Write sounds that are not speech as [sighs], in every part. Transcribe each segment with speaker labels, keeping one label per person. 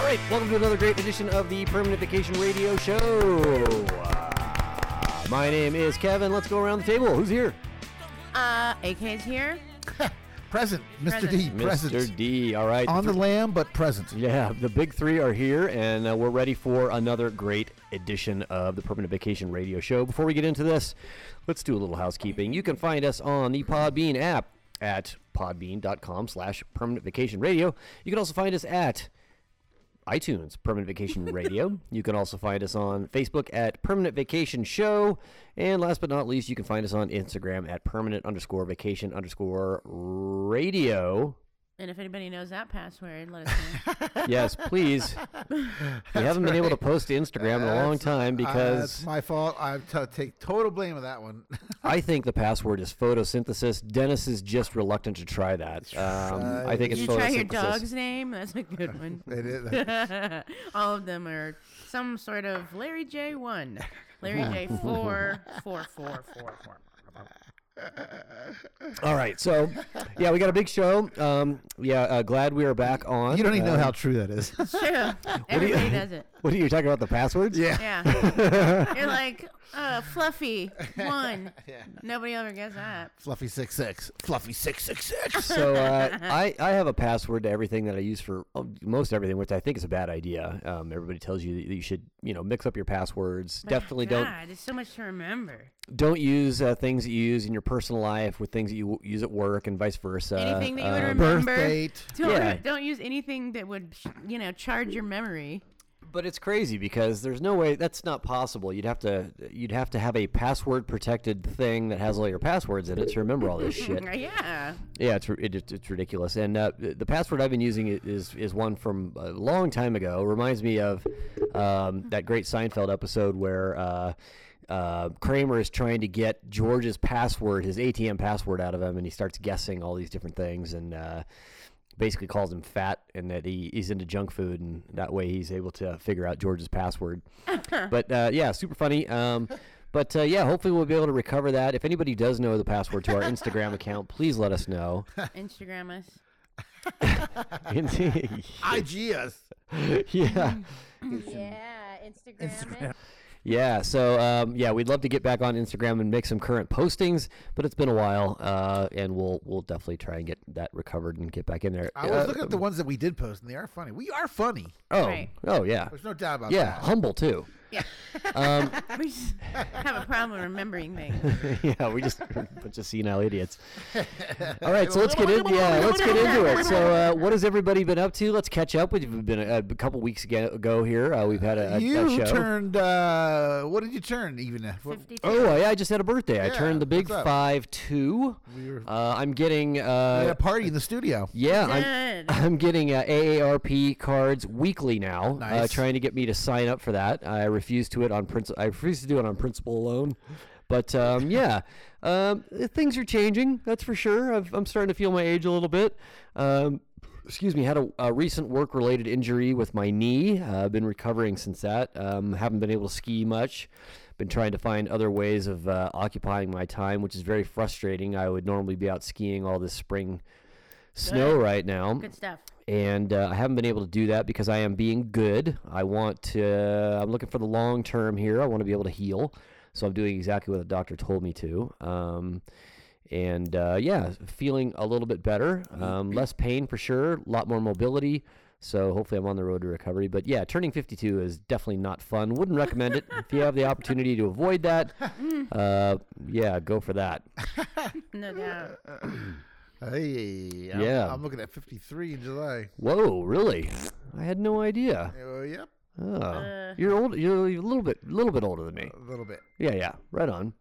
Speaker 1: right, welcome to another great edition of the Permanent Vacation Radio Show. Uh, my name is Kevin. Let's go around the table. Who's here?
Speaker 2: Uh, AK's here.
Speaker 3: Present, Mr.
Speaker 2: Present.
Speaker 3: D. Present.
Speaker 1: Mr. D. All right.
Speaker 3: On the lamb, but present.
Speaker 1: yeah, the big three are here, and uh, we're ready for another great edition of the Permanent Vacation Radio Show. Before we get into this, let's do a little housekeeping. You can find us on the Podbean app at podbean.com slash permanent vacation radio. You can also find us at iTunes, Permanent Vacation Radio. you can also find us on Facebook at Permanent Vacation Show. And last but not least, you can find us on Instagram at permanent underscore vacation underscore radio.
Speaker 2: And if anybody knows that password, let us
Speaker 3: [laughs]
Speaker 2: know.
Speaker 1: Yes, please. we haven't been able to post to Instagram in a long time
Speaker 3: uh, That's [laughs]
Speaker 1: because
Speaker 3: my fault. I t- take total blame of that one. [laughs]
Speaker 1: I think the password is photosynthesis. Dennis is just reluctant to try that. Um, I think
Speaker 2: Did
Speaker 1: it's
Speaker 2: you
Speaker 1: photosynthesis.
Speaker 2: try your dog's name? That's a
Speaker 3: [laughs]
Speaker 2: good one.
Speaker 3: it
Speaker 2: [laughs]
Speaker 3: is.
Speaker 2: All of them are some sort of Larry J one, Larry J four, four, four, four, four.
Speaker 1: All right, so yeah, we got a big show. Um, yeah, uh, glad we are back on.
Speaker 3: You don't even know
Speaker 1: Uh,
Speaker 3: how true that [laughs] is.
Speaker 2: True. [laughs] Everybody does it.
Speaker 1: What are you talking about? The passwords? Yeah.
Speaker 2: Yeah. You're like uh, fluffy one. Nobody ever gets that.
Speaker 3: [laughs] Fluffy six six. Fluffy six six [laughs] six.
Speaker 1: So uh, I, I have a password to everything that I use for oh, most everything, which I think is a bad idea. Um, everybody tells you that you should, you know, mix up your passwords. Definitely don't
Speaker 2: God, there's so much to remember.
Speaker 1: don't use uh, things that you use in your personal life with things that you w- use at work and vice versa.
Speaker 2: Anything that you would
Speaker 1: Um,
Speaker 2: remember.
Speaker 3: Uh, Birth date.
Speaker 2: Don't,
Speaker 1: Yeah.
Speaker 2: don't use anything that would, you know, charge your memory.
Speaker 1: But it's crazy because there's no way that's not possible. You'd have to you'd have to have a password protected thing that has all your passwords in it to remember all this
Speaker 2: [laughs]
Speaker 1: shit.
Speaker 2: Yeah.
Speaker 1: Yeah, it's it, it's it's ridiculous. And uh, the password I've been using i- is is one from a long time ago. It reminds me of um, that great Seinfeld episode where uh, uh, Kramer is trying to get George's password, his ATM password, out of him, and he starts guessing all these different things and. Uh, Basically calls him fat and that he, he's into junk food and that way he's able to figure out George's password. but uh, yeah, super funny. Um, but uh, yeah, hopefully we'll be able to recover that. If anybody does know the password to our
Speaker 3: [laughs]
Speaker 1: Instagram account, please let us know.
Speaker 2: Instagram us.
Speaker 1: Indeed.
Speaker 3: IG us.
Speaker 1: [laughs] yeah.
Speaker 4: Yeah, Instagram. Instagram.
Speaker 1: Yeah. So, um, yeah, we'd love to get back on Instagram and make some current postings, but it's been a while, uh, and we'll we'll definitely try and get that recovered and get back in there.
Speaker 3: I
Speaker 1: Uh,
Speaker 3: was looking at the ones that we did post, and they are funny. We are funny.
Speaker 1: oh,
Speaker 2: Right.
Speaker 1: oh yeah,
Speaker 3: There's no doubt about
Speaker 1: yeah, humble too.
Speaker 2: Yeah.
Speaker 1: Um,
Speaker 2: [laughs] We just have a problem remembering things.
Speaker 1: yeah, we just we're a bunch of senile
Speaker 3: [laughs]
Speaker 1: idiots. All right, so let's get in. Yeah, let's get into it. So, uh, what has everybody been up to? Let's catch up. We've been uh, a, a couple weeks aga- ago here. Uh, we've had a, a-
Speaker 3: that.
Speaker 1: a
Speaker 3: You
Speaker 1: show.
Speaker 3: turned. Uh, what did you turn? Even uh, what-
Speaker 2: 52.
Speaker 1: [laughs] Oh yeah, I just had a birthday. I
Speaker 3: Yeah,
Speaker 1: turned the big
Speaker 3: what's up?
Speaker 1: five two.
Speaker 3: We were-
Speaker 1: Uh, I'm getting
Speaker 3: we had
Speaker 1: uh,
Speaker 3: a party in the studio.
Speaker 1: yeah, I'm,
Speaker 2: Good.
Speaker 1: I'm getting uh, AARP cards weekly now. Uh,
Speaker 3: Nice.
Speaker 1: trying to get me to sign up for that. I refuse to it on principle. I refuse to do it on principle alone. But um, yeah, um, uh, things are changing. That's for sure. I've, I'm starting to feel my age a little bit. Um, excuse me. Had a, a recent work-related injury with my knee. Uh, I've been recovering since that. Um, haven't been able to ski much. Been trying to find other ways of uh, occupying my time, which is very frustrating. I would normally be out skiing all this spring snow right now
Speaker 2: Good stuff.
Speaker 1: and uh, I haven't been able to do that because I am being good. I want to. I'm looking for the long term here. I want to be able to heal, so I'm doing exactly what the doctor told me to. Um, and uh, yeah, feeling a little bit better, um, less pain for sure, a lot more mobility. So hopefully, I'm on the road to recovery. But yeah, turning 52 is definitely not fun. Wouldn't recommend it. if you have the opportunity to avoid that, uh, yeah, go for that.
Speaker 2: No doubt.
Speaker 1: Oh,
Speaker 3: Hey, I'm,
Speaker 1: Yeah.
Speaker 3: I'm looking at 53 in July.
Speaker 1: Whoa, really? I had no idea.
Speaker 3: Uh, yep,
Speaker 1: Oh,
Speaker 2: Uh.
Speaker 1: you're old. You're a little bit, little bit older than me.
Speaker 3: a little bit.
Speaker 1: Yeah, yeah, right on.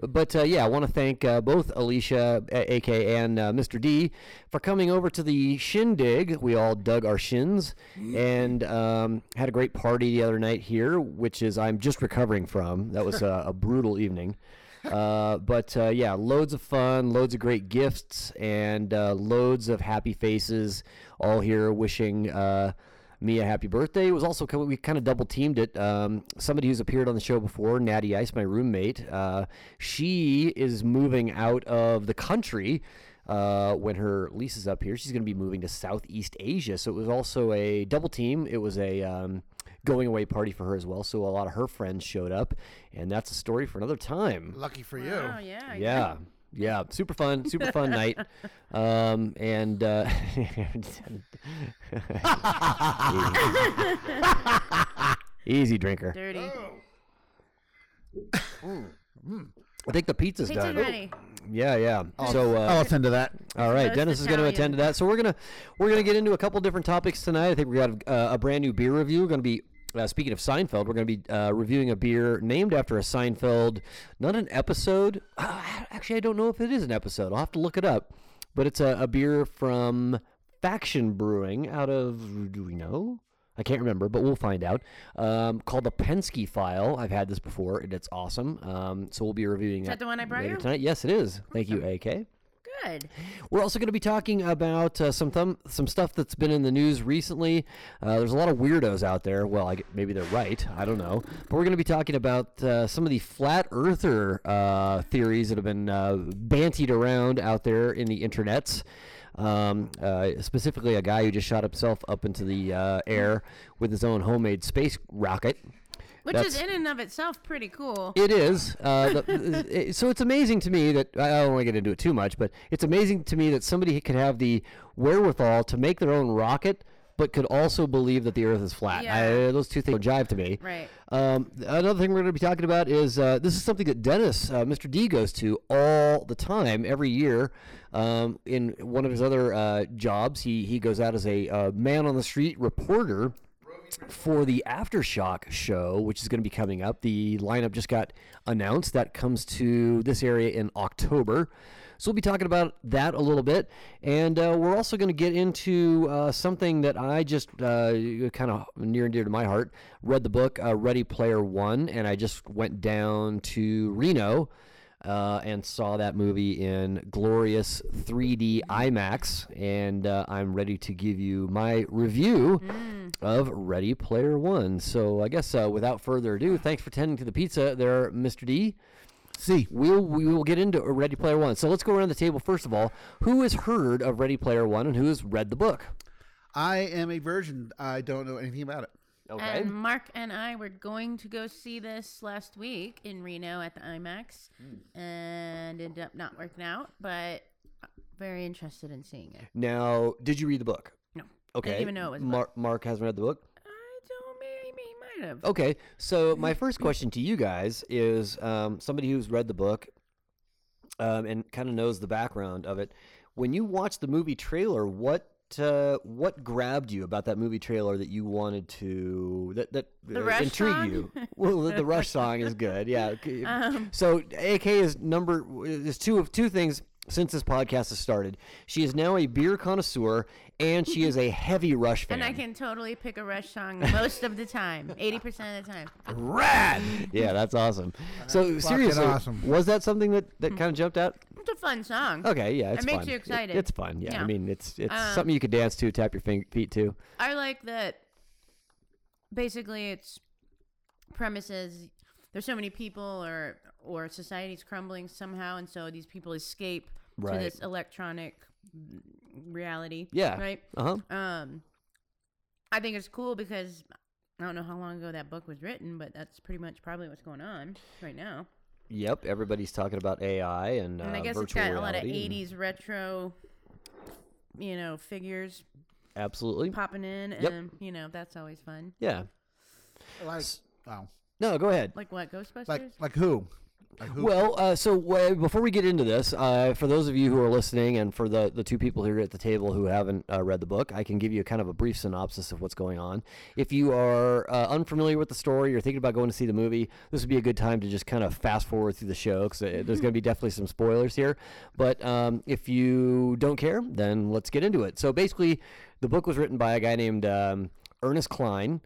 Speaker 1: But uh, yeah, I want to thank uh, both Alicia, a- AK, and uh, Mr. D for coming over to the shindig. We all dug our shins and um, had a great party the other night here, which is I'm just recovering from. That was uh, a brutal evening. Uh, but uh, yeah, loads of fun, loads of great gifts, and uh, loads of happy faces all here wishing. Uh, me a happy birthday. It was also co- we kind of double teamed it. Um, somebody who's appeared on the show before, Natty Ice, my roommate, uh, she is moving out of the country. uh, when her lease is up here. She's going to be moving to Southeast Asia. So it was also a double team. It was a um, going away party for her as well. So a lot of her friends showed up, and that's a story for another time.
Speaker 3: Lucky for you.
Speaker 2: Oh yeah.
Speaker 1: Yeah. Yeah, super fun, super fun night, um, and uh, [laughs] easy drinker.
Speaker 2: Dirty.
Speaker 1: I think the pizza's
Speaker 2: Pizza
Speaker 1: done.
Speaker 2: ready.
Speaker 1: Yeah, yeah. so, uh,
Speaker 3: I'll attend to that.
Speaker 1: all right,
Speaker 2: Most
Speaker 1: Dennis is going to attend to that. So we're gonna we're gonna get into a couple different topics tonight. I think we got uh, a brand new beer review. We're going to be uh, speaking of Seinfeld. We're going to be uh, reviewing a beer named after a Seinfeld, not an episode. Uh, actually, I don't know if it is an episode. I'll have to look it up. But it's a, a beer from Faction Brewing out of do we know? I can't remember, but we'll find out. Um, called the Penske File. I've had this before, and it's awesome. Um, so we'll be reviewing
Speaker 2: that the one I brought
Speaker 1: later
Speaker 2: you?
Speaker 1: tonight. Yes, it is. Thank you, AK.
Speaker 2: Good.
Speaker 1: We're also going to be talking about uh, some thumb, some stuff that's been in the news recently. Uh, there's a lot of weirdos out there. Well, I, gu- maybe they're right. I don't know. But we're going to be talking about uh, some of the flat earther uh, theories that have been uh, bantied around out there in the internets. Um, uh, specifically, a guy who just shot himself up into the uh, air with his own homemade space rocket.
Speaker 2: Which
Speaker 1: That's-
Speaker 2: is in and of itself pretty cool.
Speaker 1: It is. Uh, the, it- so it's amazing to me that I don't want to get into it too much, but it's amazing to me that somebody could have the wherewithal to make their own rocket, but could also believe that the Earth is flat. I,
Speaker 2: Yeah.
Speaker 1: those two things don't jive to me.
Speaker 2: Right.
Speaker 1: Um, another thing we're going to be talking about is uh, this is something that Dennis, uh, Mr. D, goes to all the time, every year. Um, in one of his other uh, jobs, he, he goes out as a uh, man on the street reporter for the Aftershock show, which is going to be coming up. The lineup just got announced. That comes to this area in October. So we'll be talking about that a little bit. And uh, we're also going to get into uh, something that I just uh, kind of near and dear to my heart read the book uh, Ready Player One, and I just went down to Reno. Uh, and saw that movie in glorious 3D IMAX, and uh, I'm ready to give you my review
Speaker 2: Mm.
Speaker 1: of Ready Player One. So I guess uh, without further ado, thanks for tending to the pizza, there, Mr. D.
Speaker 3: See.
Speaker 1: We'll we will get into Ready Player One. So let's go around the table first of all. Who has heard of Ready Player One, and who has read the book?
Speaker 3: I am a virgin. I don't know anything about it.
Speaker 1: Okay.
Speaker 2: And Mark and I were going to go see this last week in Reno at the IMAX,
Speaker 1: Hmm.
Speaker 2: and ended up not working out. But very interested in seeing it.
Speaker 1: now, did you read the book?
Speaker 2: No,
Speaker 1: Okay.
Speaker 2: even know it was a
Speaker 1: Mar- Mark hasn't read the book.
Speaker 2: I don't. Maybe might have.
Speaker 1: Okay, so my first question to you guys is um, somebody who's read the book um, and kind of knows the background of it. When you watched the movie trailer, what uh, what grabbed you about that movie trailer that you wanted to that that
Speaker 2: The Rush
Speaker 1: intrigued
Speaker 2: song? [laughs]
Speaker 1: you? Well, the, the Rush song is good, yeah. c-
Speaker 2: Um,
Speaker 1: so AK is number is two of two things since this podcast has started. She is now a beer connoisseur and she is a heavy Rush fan.
Speaker 2: And I can totally pick a Rush song most of
Speaker 1: [laughs]
Speaker 2: the time, eighty percent of the time.
Speaker 3: Rad.
Speaker 1: yeah, that's awesome. So
Speaker 3: fucking
Speaker 1: seriously,
Speaker 3: awesome.
Speaker 1: was that something that, that kind of jumped out?
Speaker 2: It's a fun song.
Speaker 1: Okay, yeah, it's
Speaker 2: Hmm. makes
Speaker 1: fun.
Speaker 2: you excited.
Speaker 1: it's fun. Yeah, I
Speaker 2: Yeah.
Speaker 1: mean, it's it's
Speaker 2: Um,
Speaker 1: something you could dance to, tap your fin- feet to.
Speaker 2: I like that. Basically, its premise is there's so many people, or or society's crumbling somehow, and so these people escape
Speaker 1: Right.
Speaker 2: to this electronic reality.
Speaker 1: Yeah.
Speaker 2: Right.
Speaker 1: Uh huh.
Speaker 2: Um, I think it's cool because I don't know how long ago that book was written, but that's pretty much probably what's going on right now.
Speaker 1: Yep. Everybody's talking about AI and,
Speaker 2: And I
Speaker 1: uh,
Speaker 2: guess
Speaker 1: virtual
Speaker 2: it's got a lot of
Speaker 1: reality and-
Speaker 2: '80s retro, you know, figures
Speaker 1: Absolutely.
Speaker 2: popping in, and
Speaker 1: Yep.
Speaker 2: you know that's always fun.
Speaker 1: Yeah.
Speaker 3: Like, wow.
Speaker 1: No, go ahead.
Speaker 2: Like what Ghostbusters?
Speaker 3: Like, like who? Like who?
Speaker 1: Well, uh, so uh, before we get into this, uh, for those of you who are listening, and for the, the two people here at the table who haven't uh, read the book, I can give you kind of a brief synopsis of what's going on. If you are uh, unfamiliar with the story, you're thinking about going to see the movie, this would be a good time to just kind of fast forward through the show because there's going to be definitely some spoilers here. But um, if you don't care, then let's get into it. So basically, the book was written by a guy named um, Ernest Klein.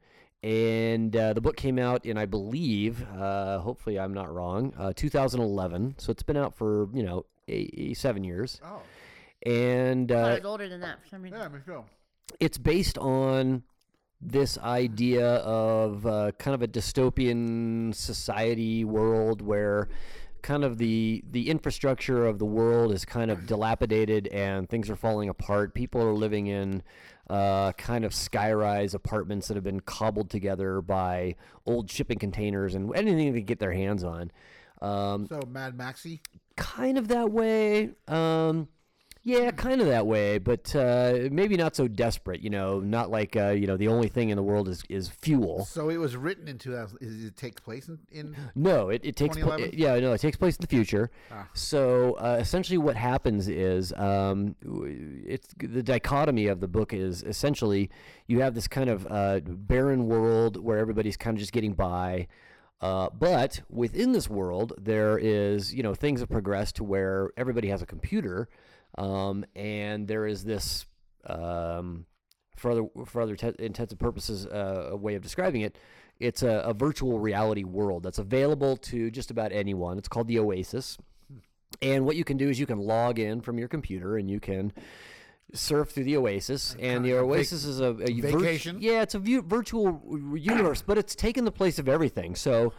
Speaker 1: And uh, the book came out in, I believe, uh, hopefully I'm not wrong, uh, 2011. So it's been out for, you know, eight, eight- seven years.
Speaker 3: oh,
Speaker 1: And
Speaker 2: I thought
Speaker 1: uh,
Speaker 2: it was older than that for some reason.
Speaker 3: yeah, Michelle.
Speaker 1: it's based on this idea of uh, kind of a dystopian society world where kind of the the infrastructure of the world is kind of dilapidated and things are falling apart. People are living in uh, kind of skyrise apartments that have been cobbled together by old shipping containers and anything they can get their hands on. Um,
Speaker 3: So Mad Maxi.
Speaker 1: kind of that way. Um, yeah, kind of that way, but uh, maybe not so desperate. You know, not like uh, you know the only thing in the world is is fuel.
Speaker 3: So it was written in 2000. Is it takes place in, in
Speaker 1: No, it, it takes pla-
Speaker 3: 2011?
Speaker 1: yeah no it takes place in the future. So uh, essentially, what happens is um, w- it's the dichotomy of the book is essentially you have this kind of uh, barren world where everybody's kind of just getting by. Uh, but within this world, there is you know things have progressed to where everybody has a computer, um, and there is this um, for other for other te- intents and purposes uh, a way of describing it it's a, a virtual reality world that's available to just about anyone it's called the oasis and what you can do is you can log in from your computer and you can surf through the oasis and the oasis is a, a virt-
Speaker 3: vacation?
Speaker 1: yeah it's a vu- virtual r- universe but it's taken the place of everything so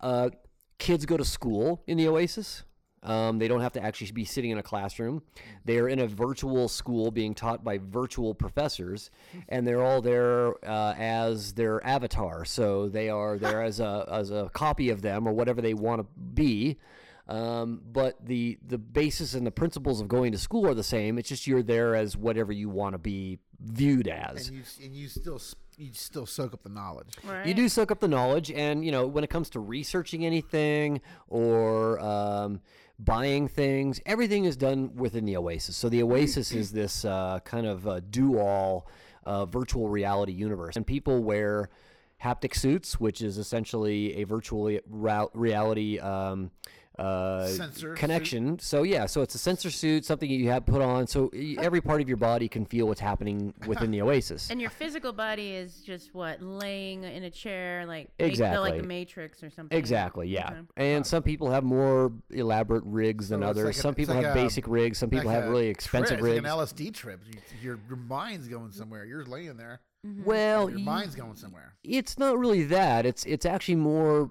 Speaker 1: uh, kids go to school in the oasis um, they don't have to actually be sitting in a classroom. They are in a virtual school being taught by virtual professors, and they're all there uh, as their avatar. So they are there as a as a copy of them or whatever they want to be. Um, but the the basis and the principles of going to school are the same. It's just you're there as whatever you want to be viewed as.
Speaker 3: and you and you still s- you still soak up the knowledge.
Speaker 2: Right.
Speaker 1: You do soak up the knowledge, and you know when it comes to researching anything or um, buying things, everything is done within the Oasis. So the Oasis is this uh, kind of uh, do-all uh, virtual reality universe, and people wear haptic suits, which is essentially a virtual rea- rea- reality. Um, uh,
Speaker 3: Sensor suit.
Speaker 1: connection. So yeah, so it's a sensor suit, something you have put on, so e- every part of your body can feel what's happening within the oasis.
Speaker 2: And your physical body is just what laying in a chair, like
Speaker 1: Exactly.
Speaker 2: like the Matrix or something.
Speaker 1: Exactly, yeah.
Speaker 2: Okay.
Speaker 1: And some people have more elaborate rigs than
Speaker 3: So Oh, it's
Speaker 1: others.
Speaker 3: like a-
Speaker 1: some
Speaker 3: it's
Speaker 1: people
Speaker 3: like
Speaker 1: have
Speaker 3: a-
Speaker 1: basic rigs. Some people
Speaker 3: Like
Speaker 1: have
Speaker 3: a
Speaker 1: really expensive
Speaker 3: trip.
Speaker 1: rigs.
Speaker 3: It's like an LSD trip. You- your, your mind's going somewhere. You're laying there.
Speaker 1: well,
Speaker 3: Your
Speaker 1: y-
Speaker 3: mind's going somewhere.
Speaker 1: it's not really that. It's it's actually more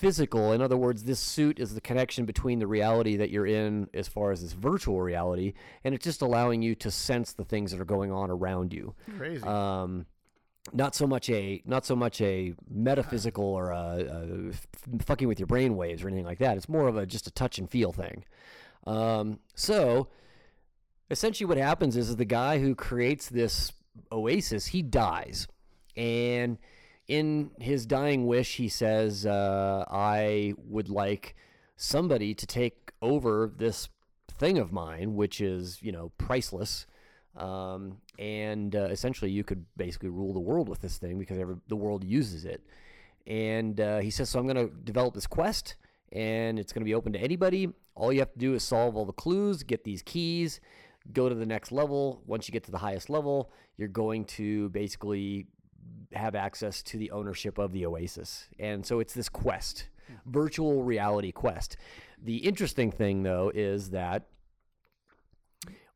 Speaker 1: physical. In other words, this suit is the connection between the reality that you're in as far as this virtual reality, and it's just allowing you to sense the things that are going on around you.
Speaker 3: Crazy.
Speaker 1: um, not so much a not so much a metaphysical or a, a f- fucking with your brain waves or anything like that. It's more of a just a touch and feel thing. Um, so essentially, what happens is, is the guy who creates this oasis he dies, and in his dying wish, he says, uh, "I would like somebody to take over this thing of mine, which is you know priceless." um, and uh, essentially you could basically rule the world with this thing because every, the world uses it. And uh, he says, so I'm going to develop this quest, and it's going to be open to anybody. All you have to do is solve all the clues, get these keys, go to the next level. Once you get to the highest level, you're going to basically have access to the ownership of the Oasis. And so it's this quest, virtual reality quest. The interesting thing, though, is that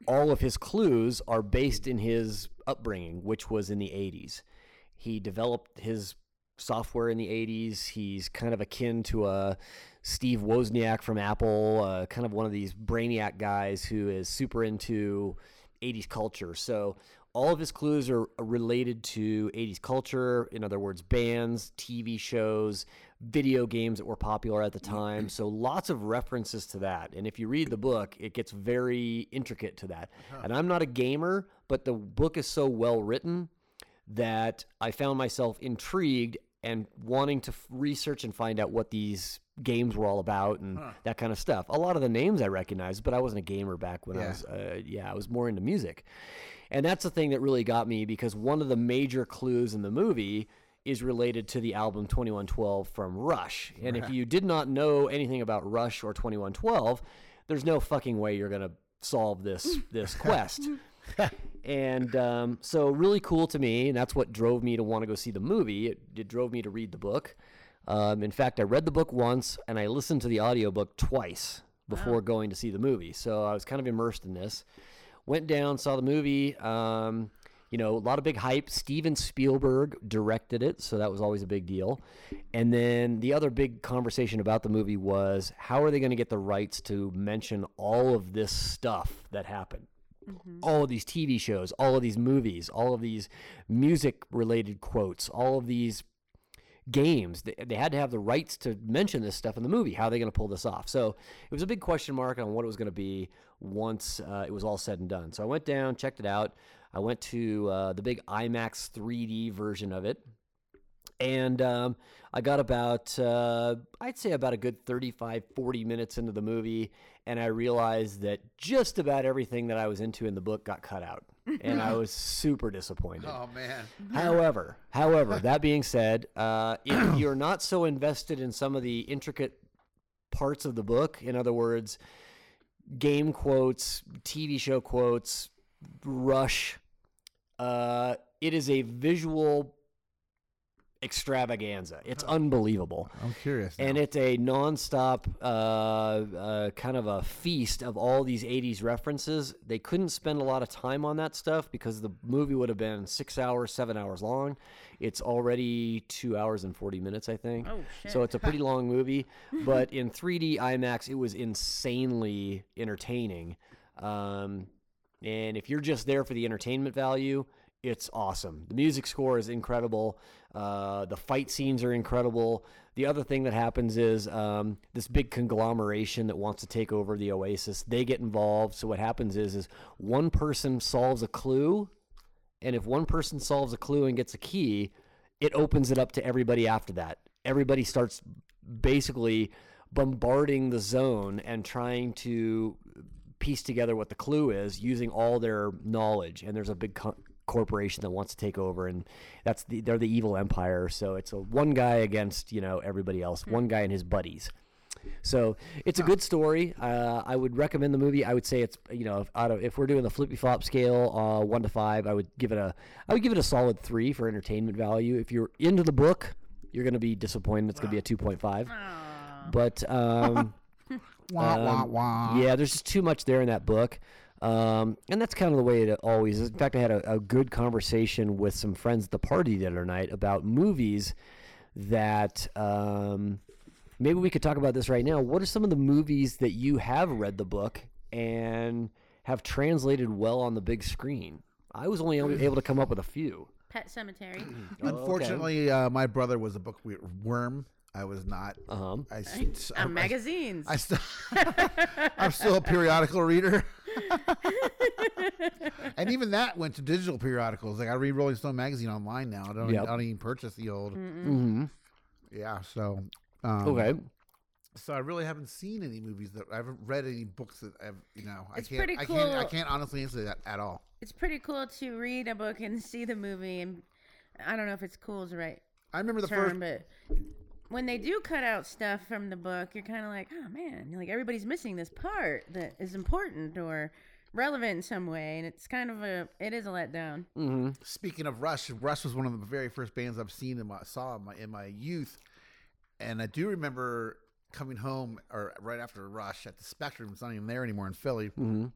Speaker 1: all of his clues are based in his upbringing, which was in the 80s. He developed his software in the 80s. He's kind of akin to a Steve Wozniak from Apple, uh, kind of one of these brainiac guys who is super into 80s culture. So all of his clues are related to 80s culture. In other words, bands, TV shows, video games that were popular at the time. So lots of references to that. And if you read the book, it gets very intricate to that. And I'm not a gamer, but the book is so well written that I found myself intrigued and wanting to f- research and find out what these games were all about and that kind of stuff. A lot of the names I recognized, but I wasn't a gamer back when I
Speaker 3: Yeah.
Speaker 1: was, uh, yeah, I was more into music. And that's the thing that really got me because one of the major clues in the movie is related to the album 2112 from Rush. And if you did not know anything about Rush or 2112, there's no fucking way you're going to solve this this quest. and um, so really cool to me and that's what drove me to want to go see the movie it, it drove me to read the book um, in fact i read the book once and i listened to the audiobook twice before going to see the movie so i was kind of immersed in this went down saw the movie um, you know, a lot of big hype. Steven Spielberg directed it, so that was always a big deal. And then the other big conversation about the movie was how are they going to get the rights to mention all of this stuff that happened? all of these TV shows, all of these movies, all of these music related quotes, all of these games. They, they had to have the rights to mention this stuff in the movie. How are they going to pull this off? So it was a big question mark on what it was going to be once uh, it was all said and done. So I went down, checked it out. I went to uh, the big IMAX 3D version of it and um, i got about uh, i'd say about a good 35 40 minutes into the movie and i realized that just about everything that i was into in the book got cut out and i was super disappointed
Speaker 3: Oh man.
Speaker 1: however however that being said uh, if [clears throat] you're not so invested in some of the intricate parts of the book in other words game quotes tv show quotes rush uh, it is a visual extravaganza. It's unbelievable.
Speaker 3: I'm curious.
Speaker 1: And
Speaker 3: now.
Speaker 1: it's a nonstop uh, uh, kind of a feast of all these 80s references. They couldn't spend a lot of time on that stuff because the movie would have been six hours, seven hours long. It's already two hours and 40 minutes, I think.
Speaker 2: Oh, shit.
Speaker 1: So it's a pretty long
Speaker 2: [laughs]
Speaker 1: movie. But in 3D IMAX, it was insanely entertaining. Um, and if you're just there for the entertainment value, it's awesome. The music score is incredible. Uh, the fight scenes are incredible. The other thing that happens is um, this big conglomeration that wants to take over the Oasis. They get involved. So what happens is, is one person solves a clue, and if one person solves a clue and gets a key, it opens it up to everybody after that. Everybody starts basically bombarding the zone and trying to piece together what the clue is using all their knowledge. And there's a big co- corporation that wants to take over, and that's the, they're the evil empire. So it's a one guy against you know everybody else, one guy and his buddies. So it's a good story. Uh, I would recommend the movie. I would say it's you know if, out of if we're doing the flippy flop scale uh, one to five, I would give it a I would give it a solid three for entertainment value. If you're into the book, you're going to be disappointed. It's going to be a two point five. But um,
Speaker 3: wah, wah, wah.
Speaker 1: yeah, there's just too much there in that book. Um, and that's kind of the way it always is. In fact, I had a, a good conversation with some friends at the party the other night about movies that um, maybe we could talk about this right now. What are some of the movies that you have read the book and have translated well on the big screen? I was only able to come up with a few.
Speaker 3: [laughs]
Speaker 1: [clears throat]
Speaker 2: Pet Cemetery.
Speaker 3: Oh, Unfortunately, uh, my brother was a book worm. I was not.
Speaker 1: Uh-huh.
Speaker 3: I, s-
Speaker 2: Uh,
Speaker 3: I-
Speaker 2: magazines.
Speaker 3: I still, [laughs] I'm still a periodical reader, [laughs] and even that went to digital periodicals. Like I read Rolling Stone magazine online now. I don't,
Speaker 1: Yep.
Speaker 3: I don't even purchase the old.
Speaker 1: Mm-hmm.
Speaker 3: Yeah, so um,
Speaker 1: Okay.
Speaker 3: So I really haven't seen any movies that I haven't read any books that I've you know I
Speaker 2: It's
Speaker 3: can't
Speaker 2: pretty
Speaker 3: I can't I
Speaker 2: cool.
Speaker 3: can't honestly answer that at all.
Speaker 2: it's pretty cool to read a book and see the movie, and I don't know if it's cool is the right
Speaker 3: I remember the
Speaker 2: term,
Speaker 3: first
Speaker 2: but when they do cut out stuff from the book, you're kind of like, oh man, like everybody's missing this part that is important or relevant in some way, and it's kind of a it is a letdown.
Speaker 1: Mm-hmm.
Speaker 3: speaking of Rush, Rush was one of the very first bands I've seen in my saw in my, in my youth, and I do remember coming home or right after Rush at the Spectrum. It's not even there anymore in Philly.
Speaker 1: Mm-hmm.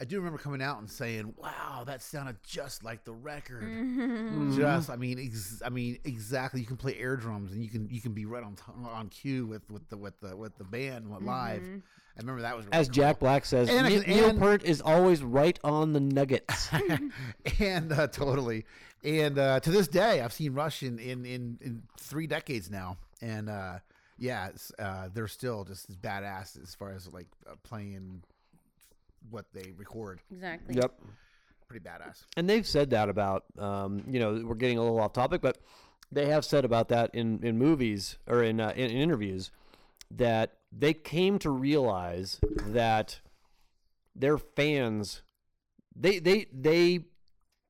Speaker 3: I do remember coming out and saying, "Wow, that sounded just like the record."
Speaker 2: Mm-hmm.
Speaker 3: Mm-hmm.
Speaker 1: Mm-hmm.
Speaker 3: Just, I mean, ex- I mean, exactly. You can play air drums and you can you can be right on t- on cue with with the with the with the band what live. I remember that was really
Speaker 1: As
Speaker 3: cool.
Speaker 1: Jack Black says,
Speaker 3: And I
Speaker 1: Neil
Speaker 3: can-
Speaker 1: Neil
Speaker 3: and-
Speaker 1: Peart is always right on the
Speaker 3: [laughs]
Speaker 1: nuggets.
Speaker 3: and uh, totally. And uh, to this day, I've seen Rush in in, in, in three decades now, and uh, yeah, it's, uh, they're still just as badass as far as like uh, playing what they record.
Speaker 2: Exactly.
Speaker 3: Pretty badass.
Speaker 1: And they've said that about, um, you know, we're getting a little off topic, but they have said about that in, in movies or in, uh, in, in interviews that they came to realize that their fans, they, they, they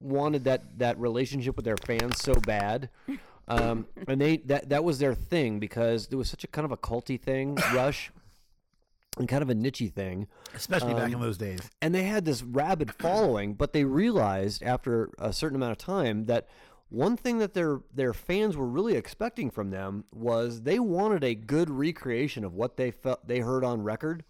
Speaker 1: wanted that, that relationship with their fans so bad. Um, and they, that, that was their thing because there was such a kind of a culty thing, Rush, and kind of a nichey thing
Speaker 3: Especially back in those days.
Speaker 1: and they had this rabid following, but they realized after a certain amount of time that one thing that their their fans were really expecting from them was they wanted a good recreation of what they felt they heard on record.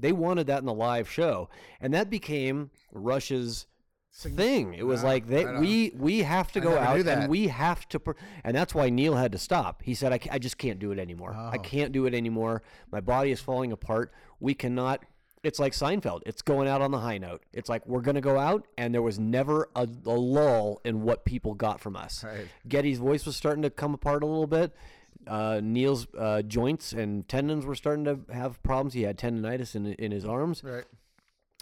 Speaker 1: They wanted that in the live show, and that became Rush's thing. It was like they,
Speaker 3: I don't-
Speaker 1: we we have to
Speaker 3: I
Speaker 1: go
Speaker 3: never
Speaker 1: out
Speaker 3: knew
Speaker 1: and
Speaker 3: that.
Speaker 1: we have to, per- and that's why Neil had to stop. He said, "I, ca- I just can't do it anymore. I
Speaker 3: Oh.
Speaker 1: can't do it anymore. My body is falling apart. We cannot." It's like Seinfeld. It's going out on the high note. It's like we're gonna go out, and there was never a, a lull in what people got from us.
Speaker 3: Right.
Speaker 1: Getty's voice was starting to come apart a little bit. Uh, Neil's uh, joints and tendons were starting to have problems. He had tendonitis in in his arms
Speaker 3: Right.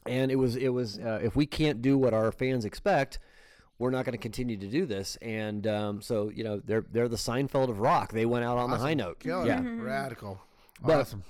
Speaker 1: and it was it was uh, if we can't do what our fans expect we're not going to continue to do this and um, so you know they're they're the seinfeld of rock they went out on the high note
Speaker 3: Killer.
Speaker 1: yeah
Speaker 3: Radical.
Speaker 1: But
Speaker 3: awesome.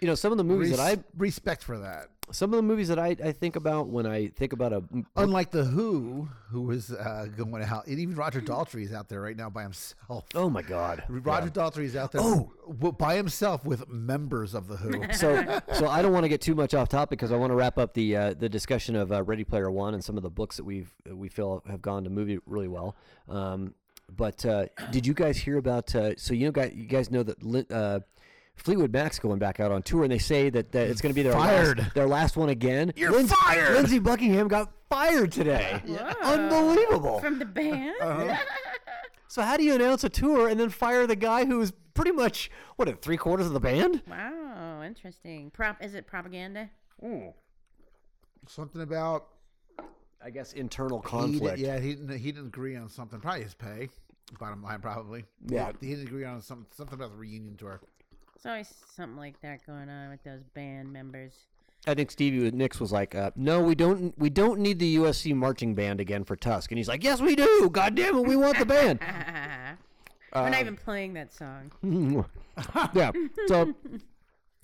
Speaker 1: you know some of the movies that i
Speaker 3: Res- respect for that.
Speaker 1: some of the movies that I, I think about when i think about a
Speaker 3: Unlike the Who, who was uh, going out, and even Roger Daltrey is out there right now by himself.
Speaker 1: oh my god
Speaker 3: Roger Daltrey is out there oh. by himself with members of the [laughs] Who.
Speaker 1: so so I don't want to get too much off topic because I want to wrap up the uh, the discussion of uh, Ready Player One and some of the books that we've that we feel have gone to movie really well. Um, but uh, did you guys hear about? Uh, so you know, guys, you guys know that Lin- uh, Fleetwood Mac's going back out on tour, and they say that, that it's going to be their
Speaker 3: Fired.
Speaker 1: last, their last one again.
Speaker 3: You're
Speaker 1: Lindsey-
Speaker 3: fired!
Speaker 1: Lindsey Buckingham got fired today. Unbelievable.
Speaker 2: From the
Speaker 3: [laughs]
Speaker 2: band?
Speaker 3: Uh-huh.
Speaker 1: So how do you announce a tour and then fire the guy who is pretty much what three quarters of the band?
Speaker 2: Wow, interesting. Prop is it propaganda?
Speaker 3: Something about
Speaker 1: I guess internal
Speaker 3: he
Speaker 1: conflict.
Speaker 3: did, yeah, he didn't he didn't agree on something. Probably his pay. Bottom line, probably.
Speaker 1: Yeah.
Speaker 3: he didn't agree on something something about the reunion tour.
Speaker 2: It's always something like that going on with those band members.
Speaker 1: I think Stevie with Nicks was like, uh, "No, we don't. We don't need the USC marching band again for Tusk." And he's like, "Yes, we do. God damn it, we want the band."
Speaker 2: We're not even playing that song.
Speaker 1: yeah. So,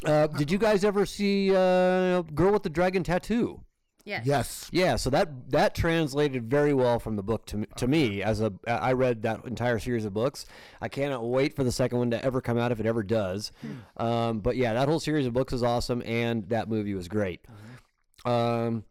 Speaker 1: uh, did you guys ever see uh, "Girl with the Dragon Tattoo"?
Speaker 2: Yes.
Speaker 3: Yes.
Speaker 1: Yeah. So that that translated very well from the book to m- to me as a I read that entire series of books. I cannot wait for the second one to ever come out if it ever does. um, but yeah, that whole series of books is awesome, and that movie was great. Um,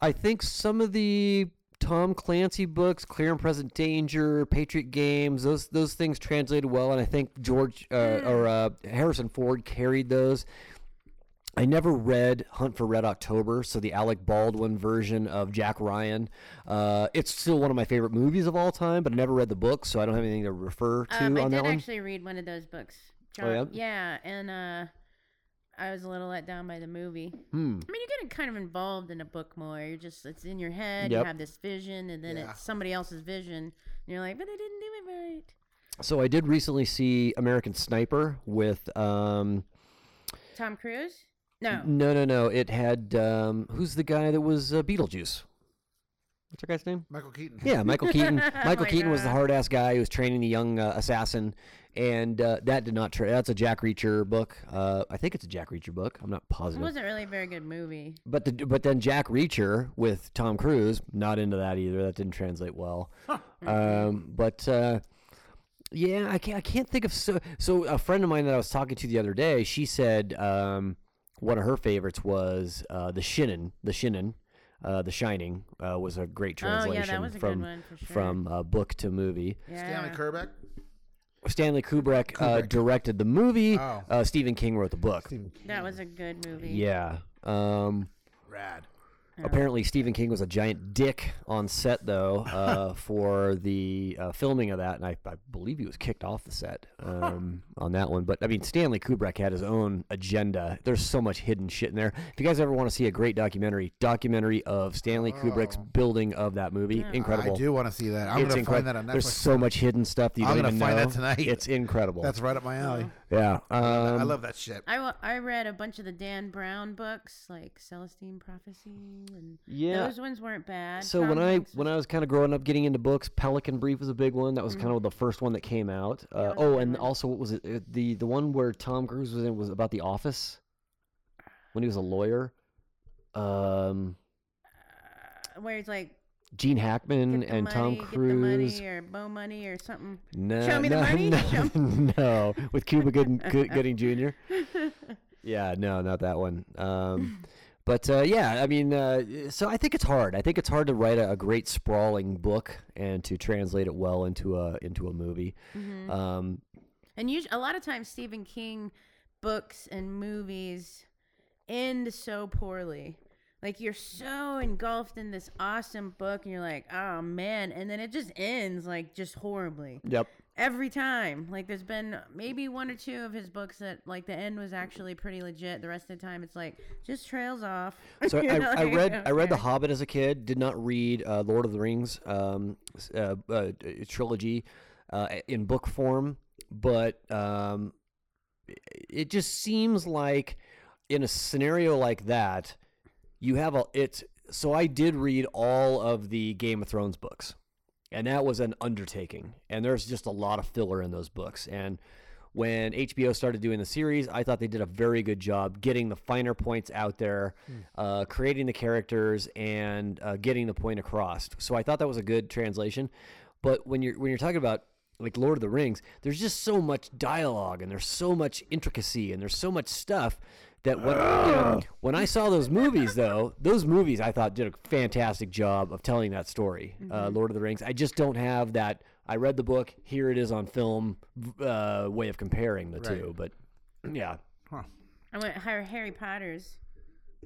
Speaker 1: I think some of the Tom Clancy books, Clear and Present Danger, Patriot Games, those those things translated well, and I think George uh,
Speaker 2: Hmm.
Speaker 1: or uh, Harrison Ford carried those. I never read Hunt for Red October, so the Alec Baldwin version of Jack Ryan. Uh, it's still one of my favorite movies of all time, but I never read the book, so I don't have anything to refer to
Speaker 2: Um, I
Speaker 1: on
Speaker 2: did
Speaker 1: that one.
Speaker 2: actually read one of those books. John,
Speaker 1: Oh,
Speaker 2: yeah? and uh, I was a little let down by the movie.
Speaker 1: Hmm.
Speaker 2: I mean, you're getting kind of involved in a book more. You're just it's in your head.
Speaker 1: Yep.
Speaker 2: You have this vision, and then
Speaker 3: Yeah.
Speaker 2: it's somebody else's vision. And you're like, but I didn't do it right.
Speaker 1: So I did recently see American Sniper with um,
Speaker 2: Tom Cruise? No.
Speaker 1: no, no, no. It had um, who's the guy that was uh, Beetlejuice? What's that guy's name?
Speaker 3: Michael Keaton.
Speaker 1: Yeah, Michael
Speaker 2: [laughs]
Speaker 1: Keaton. Michael
Speaker 2: Oh my
Speaker 1: Keaton was the
Speaker 2: God.
Speaker 1: hard ass guy who was training the young uh, assassin, and uh, that did not. Tra- that's a Jack Reacher book. Uh, I think it's a Jack Reacher book. I'm not
Speaker 2: It
Speaker 1: positive.
Speaker 2: wasn't really a very good movie.
Speaker 1: But the, but then Jack Reacher with Tom Cruise, not into that either. That didn't translate well. Um, but uh, yeah, I can't I can't think of so. So a friend of mine that I was talking to the other day, she said um, one of her favorites was uh, the Shinnen, the Shinnen. Uh, the Shining uh, was a great
Speaker 2: Oh, yeah, that
Speaker 1: translation
Speaker 2: was a good
Speaker 1: from
Speaker 2: one for sure.
Speaker 1: from uh, book to movie.
Speaker 2: Yeah.
Speaker 3: Stanley Kerbeck.
Speaker 1: Stanley Kubrick, Uh, directed the movie.
Speaker 3: Oh.
Speaker 1: Uh, Stephen King wrote the book.
Speaker 2: That was a good movie.
Speaker 1: Yeah. Um,
Speaker 3: Rad.
Speaker 1: Apparently, Stephen King was a giant dick on set, though,
Speaker 3: [laughs]
Speaker 1: uh, for the uh, filming of that, and I, I believe he was kicked off the set
Speaker 3: [laughs]
Speaker 1: um, on that one. But I mean, Stanley Kubrick had his own agenda. There's so much hidden shit in there. If you guys ever want to see a great documentary, documentary of Stanley Kubrick's building of that movie, incredible.
Speaker 3: Oh. I do want to see that. I'm
Speaker 1: it's
Speaker 3: gonna
Speaker 1: incredible.
Speaker 3: find that on Netflix.
Speaker 1: There's so much hidden stuff that you
Speaker 3: I'm
Speaker 1: don't
Speaker 3: gonna
Speaker 1: even
Speaker 3: find
Speaker 1: know.
Speaker 3: that tonight.
Speaker 1: It's incredible.
Speaker 3: That's right up my alley.
Speaker 1: yeah.
Speaker 3: I
Speaker 1: Um,
Speaker 3: love that shit.
Speaker 2: I, wa- I read a bunch of the Dan Brown books, like Celestine Prophecy, and
Speaker 1: Yeah.
Speaker 2: those ones weren't bad.
Speaker 1: So when I when I was kind of growing up, getting into books, Pelican Brief was a big one. That was kind of the first one that came out. Uh,
Speaker 2: Mm-hmm. was a
Speaker 1: oh,
Speaker 2: good
Speaker 1: and
Speaker 2: one.
Speaker 1: also what was it? Uh, The the one where Tom Cruise was in was about the Office when he was a lawyer. Um,
Speaker 2: where he's like
Speaker 1: Gene Hackman
Speaker 2: get the
Speaker 1: and
Speaker 2: money,
Speaker 1: Tom Cruise.
Speaker 2: get the money or bow money or something.
Speaker 1: No,
Speaker 2: Show me the
Speaker 1: no, [laughs]
Speaker 2: money?
Speaker 1: No,
Speaker 2: Show
Speaker 1: [laughs] no, with Cuba Gooding, Good- Gooding
Speaker 2: [laughs]
Speaker 1: Jr. Yeah, no, not that one. Um, but uh, yeah, I mean, uh, so I think it's hard. I think it's hard to write a, a great sprawling book and to translate it well into a into a movie.
Speaker 2: Mm-hmm.
Speaker 1: Um,
Speaker 2: And usually, a lot of times Stephen King books and movies end so poorly. Like you're so engulfed in this awesome book, and you're like, oh man, and then it just ends like just horribly
Speaker 1: Yep.
Speaker 2: every time. Like there's been maybe one or two of his books that like the end was actually pretty legit. The rest of the time, it's like just trails off.
Speaker 1: So
Speaker 2: [laughs] You
Speaker 1: I,
Speaker 2: know,
Speaker 1: I
Speaker 2: like,
Speaker 1: read I read The
Speaker 2: okay.
Speaker 1: Hobbit as a kid. Did not read uh, Lord of the Rings um, s- uh, uh, t- trilogy uh, in book form, but um, i- it just seems like in a scenario like that, you have a it's. So I did read all of the Game of Thrones books, and that was an undertaking. And there's just a lot of filler in those books. And when HBO started doing the series, I thought they did a very good job getting the finer points out there, uh, creating the characters, and uh, getting the point across. So I thought that was a good translation. But when you're when you're talking about like Lord of the Rings, there's just so much dialogue and there's so much intricacy and there's so much stuff that when, you know, when I saw those movies, though, those movies I thought did a fantastic job of telling that story.
Speaker 2: Mm-hmm.
Speaker 1: Uh, Lord of the Rings. I just don't have that. I read the book. Here it is on film. v- Uh, way of comparing the
Speaker 3: Right.
Speaker 1: two, but yeah,
Speaker 3: Huh.
Speaker 2: I went higher Harry Potter's.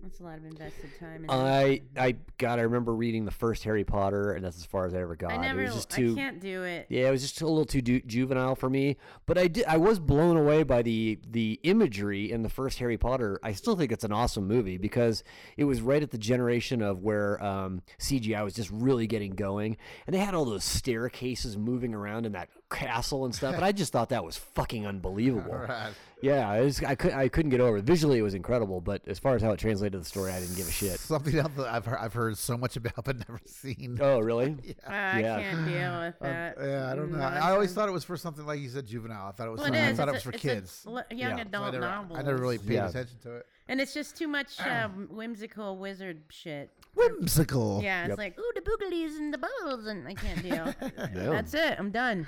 Speaker 2: That's a lot of invested time. In
Speaker 1: Uh,
Speaker 2: that.
Speaker 1: I I God, I remember reading the first Harry Potter, and that's as far as I ever got.
Speaker 2: I never.
Speaker 1: it was just too.
Speaker 2: I can't do it.
Speaker 1: Yeah, it was just a little too du- juvenile for me. But I did, I was blown away by the the imagery in the first Harry Potter. I still think it's an awesome movie because it was right at the generation of where um, CGI was just really getting going, and they had all those staircases moving around in that castle and stuff. and I just thought that was fucking unbelievable.
Speaker 3: Right.
Speaker 1: Yeah, I, was, I could I couldn't get over it. Visually, it was incredible, but as far as how it translated the story, I didn't give a shit.
Speaker 3: Something else that I've heard, I've heard so much about but never seen.
Speaker 1: Oh, really?
Speaker 2: Uh, I
Speaker 1: Yeah.
Speaker 2: can't
Speaker 3: [sighs]
Speaker 2: deal with that.
Speaker 3: Uh,
Speaker 2: Mm,
Speaker 3: Yeah, I don't know. I always thought it was for something like you said, juvenile. I thought it was.
Speaker 2: Well, it
Speaker 3: something, I
Speaker 2: is.
Speaker 3: thought it was
Speaker 2: It's a-
Speaker 3: for
Speaker 2: it's a
Speaker 3: kids.
Speaker 2: l- young
Speaker 1: Yeah.
Speaker 3: So I
Speaker 2: adult
Speaker 3: never,
Speaker 2: novel.
Speaker 3: I never really paid
Speaker 1: Yeah.
Speaker 3: attention to it.
Speaker 2: And it's just too
Speaker 3: [clears throat]
Speaker 2: much um, whimsical wizard shit.
Speaker 3: Whimsical.
Speaker 2: Yeah, it's
Speaker 1: Yep.
Speaker 2: like, ooh, the boogalies and the bubbles, and I can't
Speaker 3: [laughs]
Speaker 2: deal.
Speaker 1: Yeah.
Speaker 2: That's it. I'm done.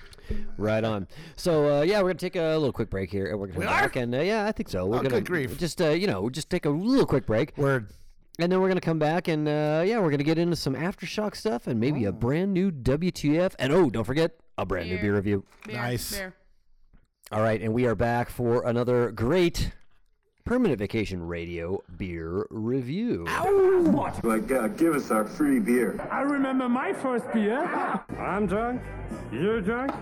Speaker 1: Right on. So uh, yeah, we're gonna take a little quick break here, and we're gonna
Speaker 3: We
Speaker 1: come
Speaker 3: are?
Speaker 1: back. And uh, yeah, I think so. We're
Speaker 3: Oh,
Speaker 1: gonna
Speaker 3: good grief.
Speaker 1: just uh, you know just take a little quick break,
Speaker 3: Word.
Speaker 1: and then we're gonna come back, and uh, yeah, we're gonna get into some aftershock stuff, and
Speaker 3: Oh.
Speaker 1: maybe a brand new WTF, and oh, don't forget a brand new
Speaker 2: Beer.
Speaker 1: beer review.
Speaker 2: Beer,
Speaker 3: Nice.
Speaker 2: beer.
Speaker 1: All right, and we are back for another great permanent vacation radio beer review.
Speaker 5: Like, uh, give us our free beer.
Speaker 6: I remember my first beer. I'm drunk. You're drunk.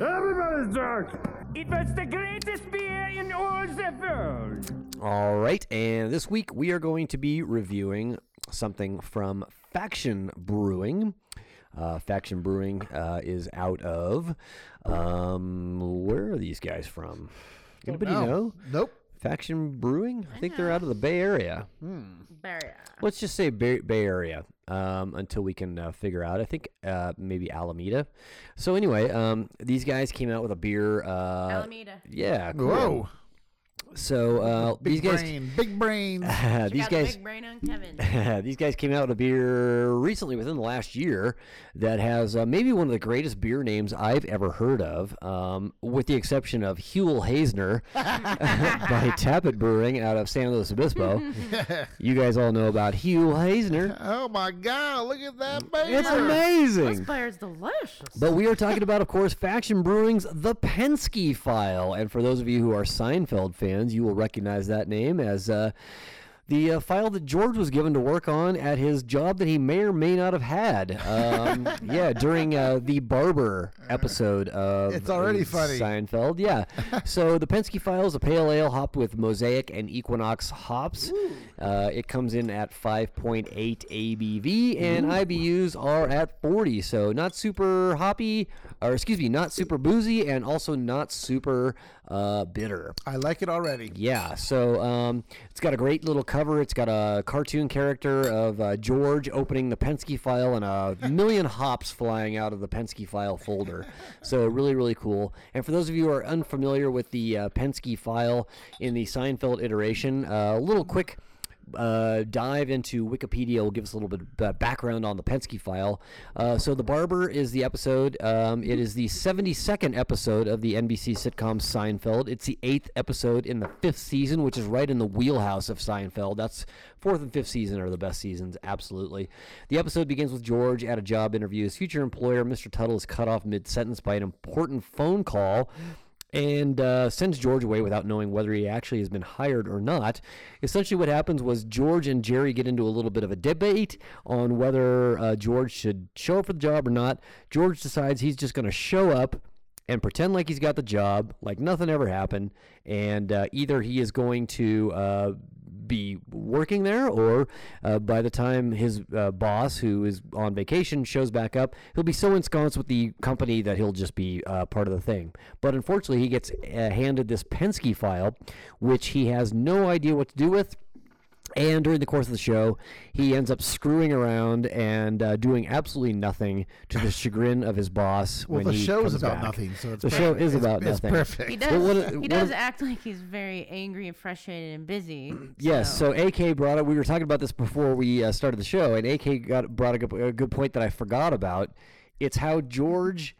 Speaker 6: Everybody's drunk. It was the greatest beer in all the world.
Speaker 1: All right, and this week we are going to be reviewing something from Faction Brewing. Uh, Faction Brewing uh, is out of um, where are these guys from? Anybody
Speaker 3: No.
Speaker 1: know?
Speaker 3: Oh. Nope.
Speaker 1: Faction Brewing? I think they're out of the Bay Area.
Speaker 2: Beer.
Speaker 1: Let's just say Bay, Bay Area um, until we can uh, figure out. I think uh, maybe Alameda. So anyway, um, these guys came out with a beer. Uh,
Speaker 2: Alameda.
Speaker 1: Yeah. Cool.
Speaker 3: Whoa.
Speaker 1: So uh, these
Speaker 3: Big
Speaker 1: guys. [laughs]
Speaker 3: brain. Big brains.
Speaker 1: these
Speaker 2: Got the
Speaker 1: guys.
Speaker 2: big brain on
Speaker 3: [laughs]
Speaker 1: [laughs]
Speaker 2: Kevin.
Speaker 1: these guys came out with a beer recently within the last year that has uh, maybe one of the greatest beer names I've ever heard of, um, with the exception of Huel Haisner [laughs] by Tappet Brewing out of San Luis Obispo. you guys all know about Huel Haisner.
Speaker 3: oh my God! Look at that baby.
Speaker 1: It's
Speaker 2: This
Speaker 1: amazing.
Speaker 2: beer is
Speaker 3: [laughs]
Speaker 2: delicious.
Speaker 1: But we are talking about, of course, Faction Brewing's The Penske File. And for those of you who are Seinfeld fans, you will recognize that name as uh, the uh, file that George was given to work on at his job that he may or may not have had.
Speaker 3: [laughs]
Speaker 1: Um, yeah, during uh, the Barber episode of
Speaker 3: It's already funny.
Speaker 1: Seinfeld. Yeah. so the Penske File is a pale ale hopped with Mosaic and Equinox hops. Uh, it comes in at 5.8 ABV, and IBUs are at 40. So not super hoppy, or excuse me, not super boozy, and also not super uh, bitter.
Speaker 3: I like it already.
Speaker 1: Yeah, so um, it's got a great little cover. It's got a cartoon character of uh, George opening the Penske file and a million hops flying out of the Penske file folder. So really, really cool. And for those of you who are unfamiliar with the uh, Penske file in the Seinfeld iteration, a little quick uh, dive into Wikipedia will give us a little bit of ba- background on the Penske file. Uh, so, The Barber is the episode. Um, it is the 72nd episode of the NBC sitcom Seinfeld. It's the eighth episode in the fifth season, which is right in the wheelhouse of Seinfeld. That's fourth and fifth season are the best seasons, absolutely. The episode begins with George at a job interview. His future employer, Mr. Tuttle, is cut off mid sentence by an important phone call and uh, sends George away without knowing whether he actually has been hired or not. Essentially, what happens was George and Jerry get into a little bit of a debate on whether uh, George should show up for the job or not. George decides he's just going to show up and pretend like he's got the job, like nothing ever happened, and uh, either he is going to uh, be working there, or uh, by the time his uh, boss, who is on vacation, shows back up, he'll be so ensconced with the company that he'll just be uh, part of the thing. But unfortunately, he gets uh, handed this Penske file, which he has no idea what to do with. And during the course of the show, he ends up screwing around and uh, doing absolutely nothing to the chagrin of his boss.
Speaker 3: Well,
Speaker 1: when
Speaker 3: the
Speaker 1: he
Speaker 3: show is
Speaker 1: comes
Speaker 3: about
Speaker 1: back.
Speaker 3: nothing, so it's
Speaker 1: the
Speaker 3: perfect.
Speaker 1: show is
Speaker 3: It's-
Speaker 1: about
Speaker 3: it's
Speaker 1: nothing.
Speaker 3: perfect.
Speaker 2: He
Speaker 1: But
Speaker 3: [laughs]
Speaker 2: does.
Speaker 1: what-
Speaker 2: he
Speaker 1: what-
Speaker 2: does act like he's very angry and frustrated and busy.
Speaker 3: [clears throat]
Speaker 1: Yes, so AK brought up. We were talking about this before we uh, started the show, and AK got brought a good, a good point that I forgot about. It's how George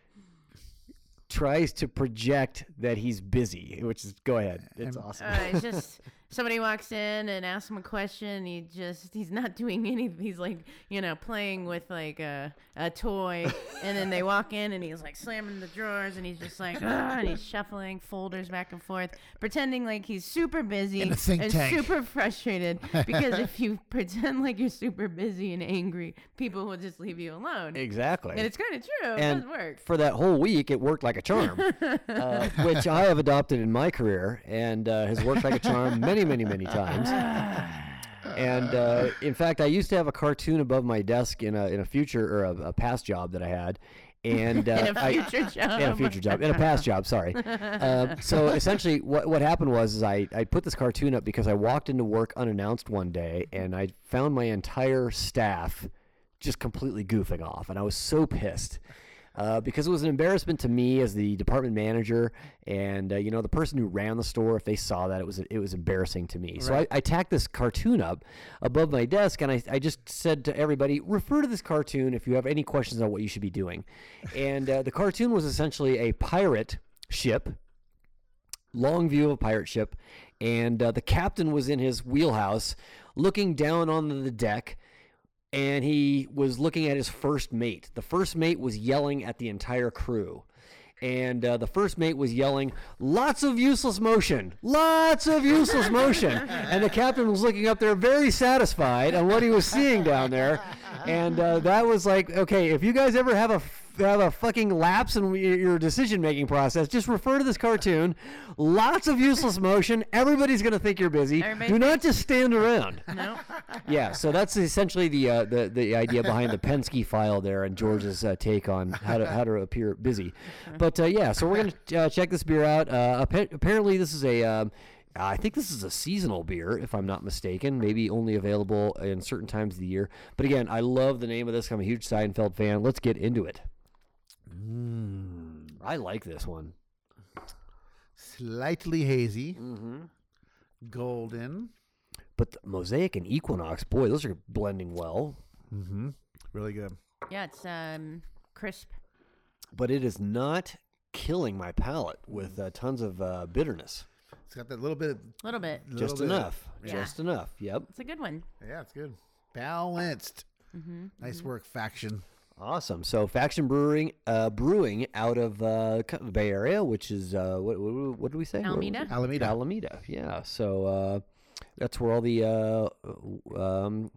Speaker 1: tries to project that he's busy, which is go ahead. It's awesome.
Speaker 2: Uh, it's just somebody walks in and asks him a question. He just he's not doing anything. He's like you know playing with like a a toy, and then they walk in and he's like slamming the drawers and he's just like "Ugh," and he's shuffling folders back and forth, pretending like he's super busy
Speaker 3: In a think
Speaker 2: and
Speaker 3: tank.
Speaker 2: super frustrated. Because if you pretend like you're super busy and angry, people will just leave you alone.
Speaker 1: exactly.
Speaker 2: and it's kind of true. it
Speaker 1: and
Speaker 2: does work.
Speaker 1: for that whole week, it worked like a charm,
Speaker 2: [laughs]
Speaker 1: uh, which I have adopted in my career and uh, has worked like a charm many, many, many times. And uh, in fact, I used to have a cartoon above my desk in a in a future or a, a past job that I had, and uh,
Speaker 2: [laughs] In a
Speaker 1: I-
Speaker 2: future job.
Speaker 1: in a future job, in a past job. Sorry. Uh, so essentially, what what happened was is I I put this cartoon up because I walked into work unannounced one day and I found my entire staff just completely goofing off, and I was so pissed. Uh, because it was an embarrassment to me as the department manager, and uh, you know the person who ran the store. If they saw that, it was it was embarrassing to me. So I, I tacked this cartoon up above my desk, and I, I just said to everybody, refer to this cartoon if you have any questions on what you should be doing. And uh, the cartoon was essentially a pirate ship long view of a pirate ship, and uh, the captain was in his wheelhouse looking down on the deck, and he was looking at his first mate. The first mate was yelling at the entire crew. And uh, the first mate was yelling, "Lots of useless motion, lots of useless motion." and the captain was looking up there, very satisfied on what he was seeing down there. And uh, that was like, okay, if you guys ever have a f- have a fucking lapse in your your decision making process, just refer to this cartoon. Lots of useless motion. Everybody's gonna think you're busy.
Speaker 2: Everybody
Speaker 1: Do not just stand around.
Speaker 2: No.
Speaker 1: yeah, so that's essentially the uh, the the idea behind the Penske file there and George's uh, take on how to how to appear busy. But uh, yeah, so we're gonna uh, check this beer out. Uh, appa- apparently, this is a. Um, I think this is a seasonal beer, if I'm not mistaken. Maybe only available in certain times of the year. But again, I love the name of this. I'm a huge Seinfeld fan. Let's get into it. I like this one.
Speaker 3: Slightly hazy,
Speaker 1: Mm-hmm.
Speaker 3: golden,
Speaker 1: But the Mosaic and Equinox, boy, those are blending well.
Speaker 3: really good.
Speaker 2: Yeah, it's um crisp.
Speaker 1: But it is not killing my palate with uh, tons of uh, bitterness.
Speaker 3: It's got that little bit. Of,
Speaker 2: A little bit.
Speaker 3: little
Speaker 1: Just
Speaker 3: bit of-
Speaker 1: enough.
Speaker 2: Yeah.
Speaker 1: Just enough. Yep.
Speaker 2: It's a good one.
Speaker 3: yeah, it's good. Balanced. Nice
Speaker 1: Mm-hmm.
Speaker 3: work, faction.
Speaker 1: Awesome. So Faction Brewing, uh, brewing out of uh, kind of the Bay Area, which is uh, what, what, what do we say? Where was
Speaker 2: Alameda?
Speaker 1: it?
Speaker 3: Alameda. [laughs]
Speaker 1: Alameda. Yeah. So uh, that's where all the uh, um,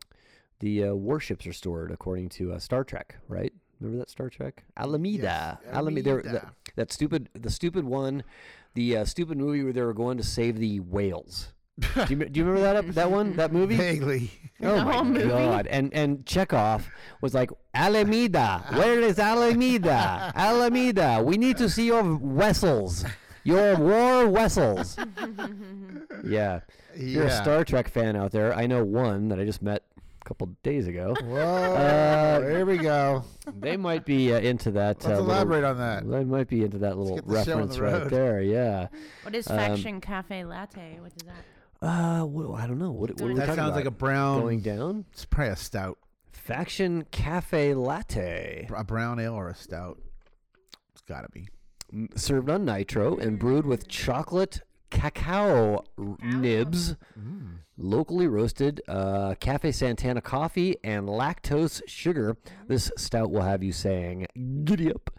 Speaker 1: the uh, warships are stored, according to uh, Star Trek. Right? Remember that Star Trek? Alameda.
Speaker 3: Yes,
Speaker 1: Alameda. There- That,
Speaker 3: Alameda.
Speaker 1: that stupid, the stupid one, the uh, stupid movie where they were going to save the whales. do, you, do you remember that up, that one that movie?
Speaker 3: Vaguely.
Speaker 1: Oh my
Speaker 2: whole movie?
Speaker 1: god! And and Chekhov was like Alameda. Where is Alameda? Alameda. We need to see your vessels, your war
Speaker 2: [laughs]
Speaker 1: vessels. yeah. If You're a
Speaker 3: Yeah.
Speaker 1: Star Trek fan out there. I know one that I just met a couple days ago.
Speaker 3: Whoa. Oh,
Speaker 1: Uh,
Speaker 3: here we go.
Speaker 1: They might be uh, into that.
Speaker 3: Let's
Speaker 1: uh, little-
Speaker 3: elaborate on that.
Speaker 1: They might be into that little
Speaker 3: get the show on the
Speaker 1: reference right
Speaker 3: road.
Speaker 1: there. Yeah. Um,
Speaker 2: What is faction cafe latte? What is that?
Speaker 1: Uh, what, I don't know. What, what are we
Speaker 3: That
Speaker 1: talking
Speaker 3: sounds like a
Speaker 1: about?
Speaker 3: brown.
Speaker 1: going down.
Speaker 3: It's probably a stout,
Speaker 1: Faction Cafe Latte.
Speaker 3: a brown ale or a stout. It's gotta be.
Speaker 1: served on nitro
Speaker 2: Mm.
Speaker 1: and brewed with chocolate cacao r- nibs, locally roasted uh, Cafe Santana
Speaker 2: Mm.
Speaker 1: coffee, and lactose sugar. This stout will have you saying, Giddy up.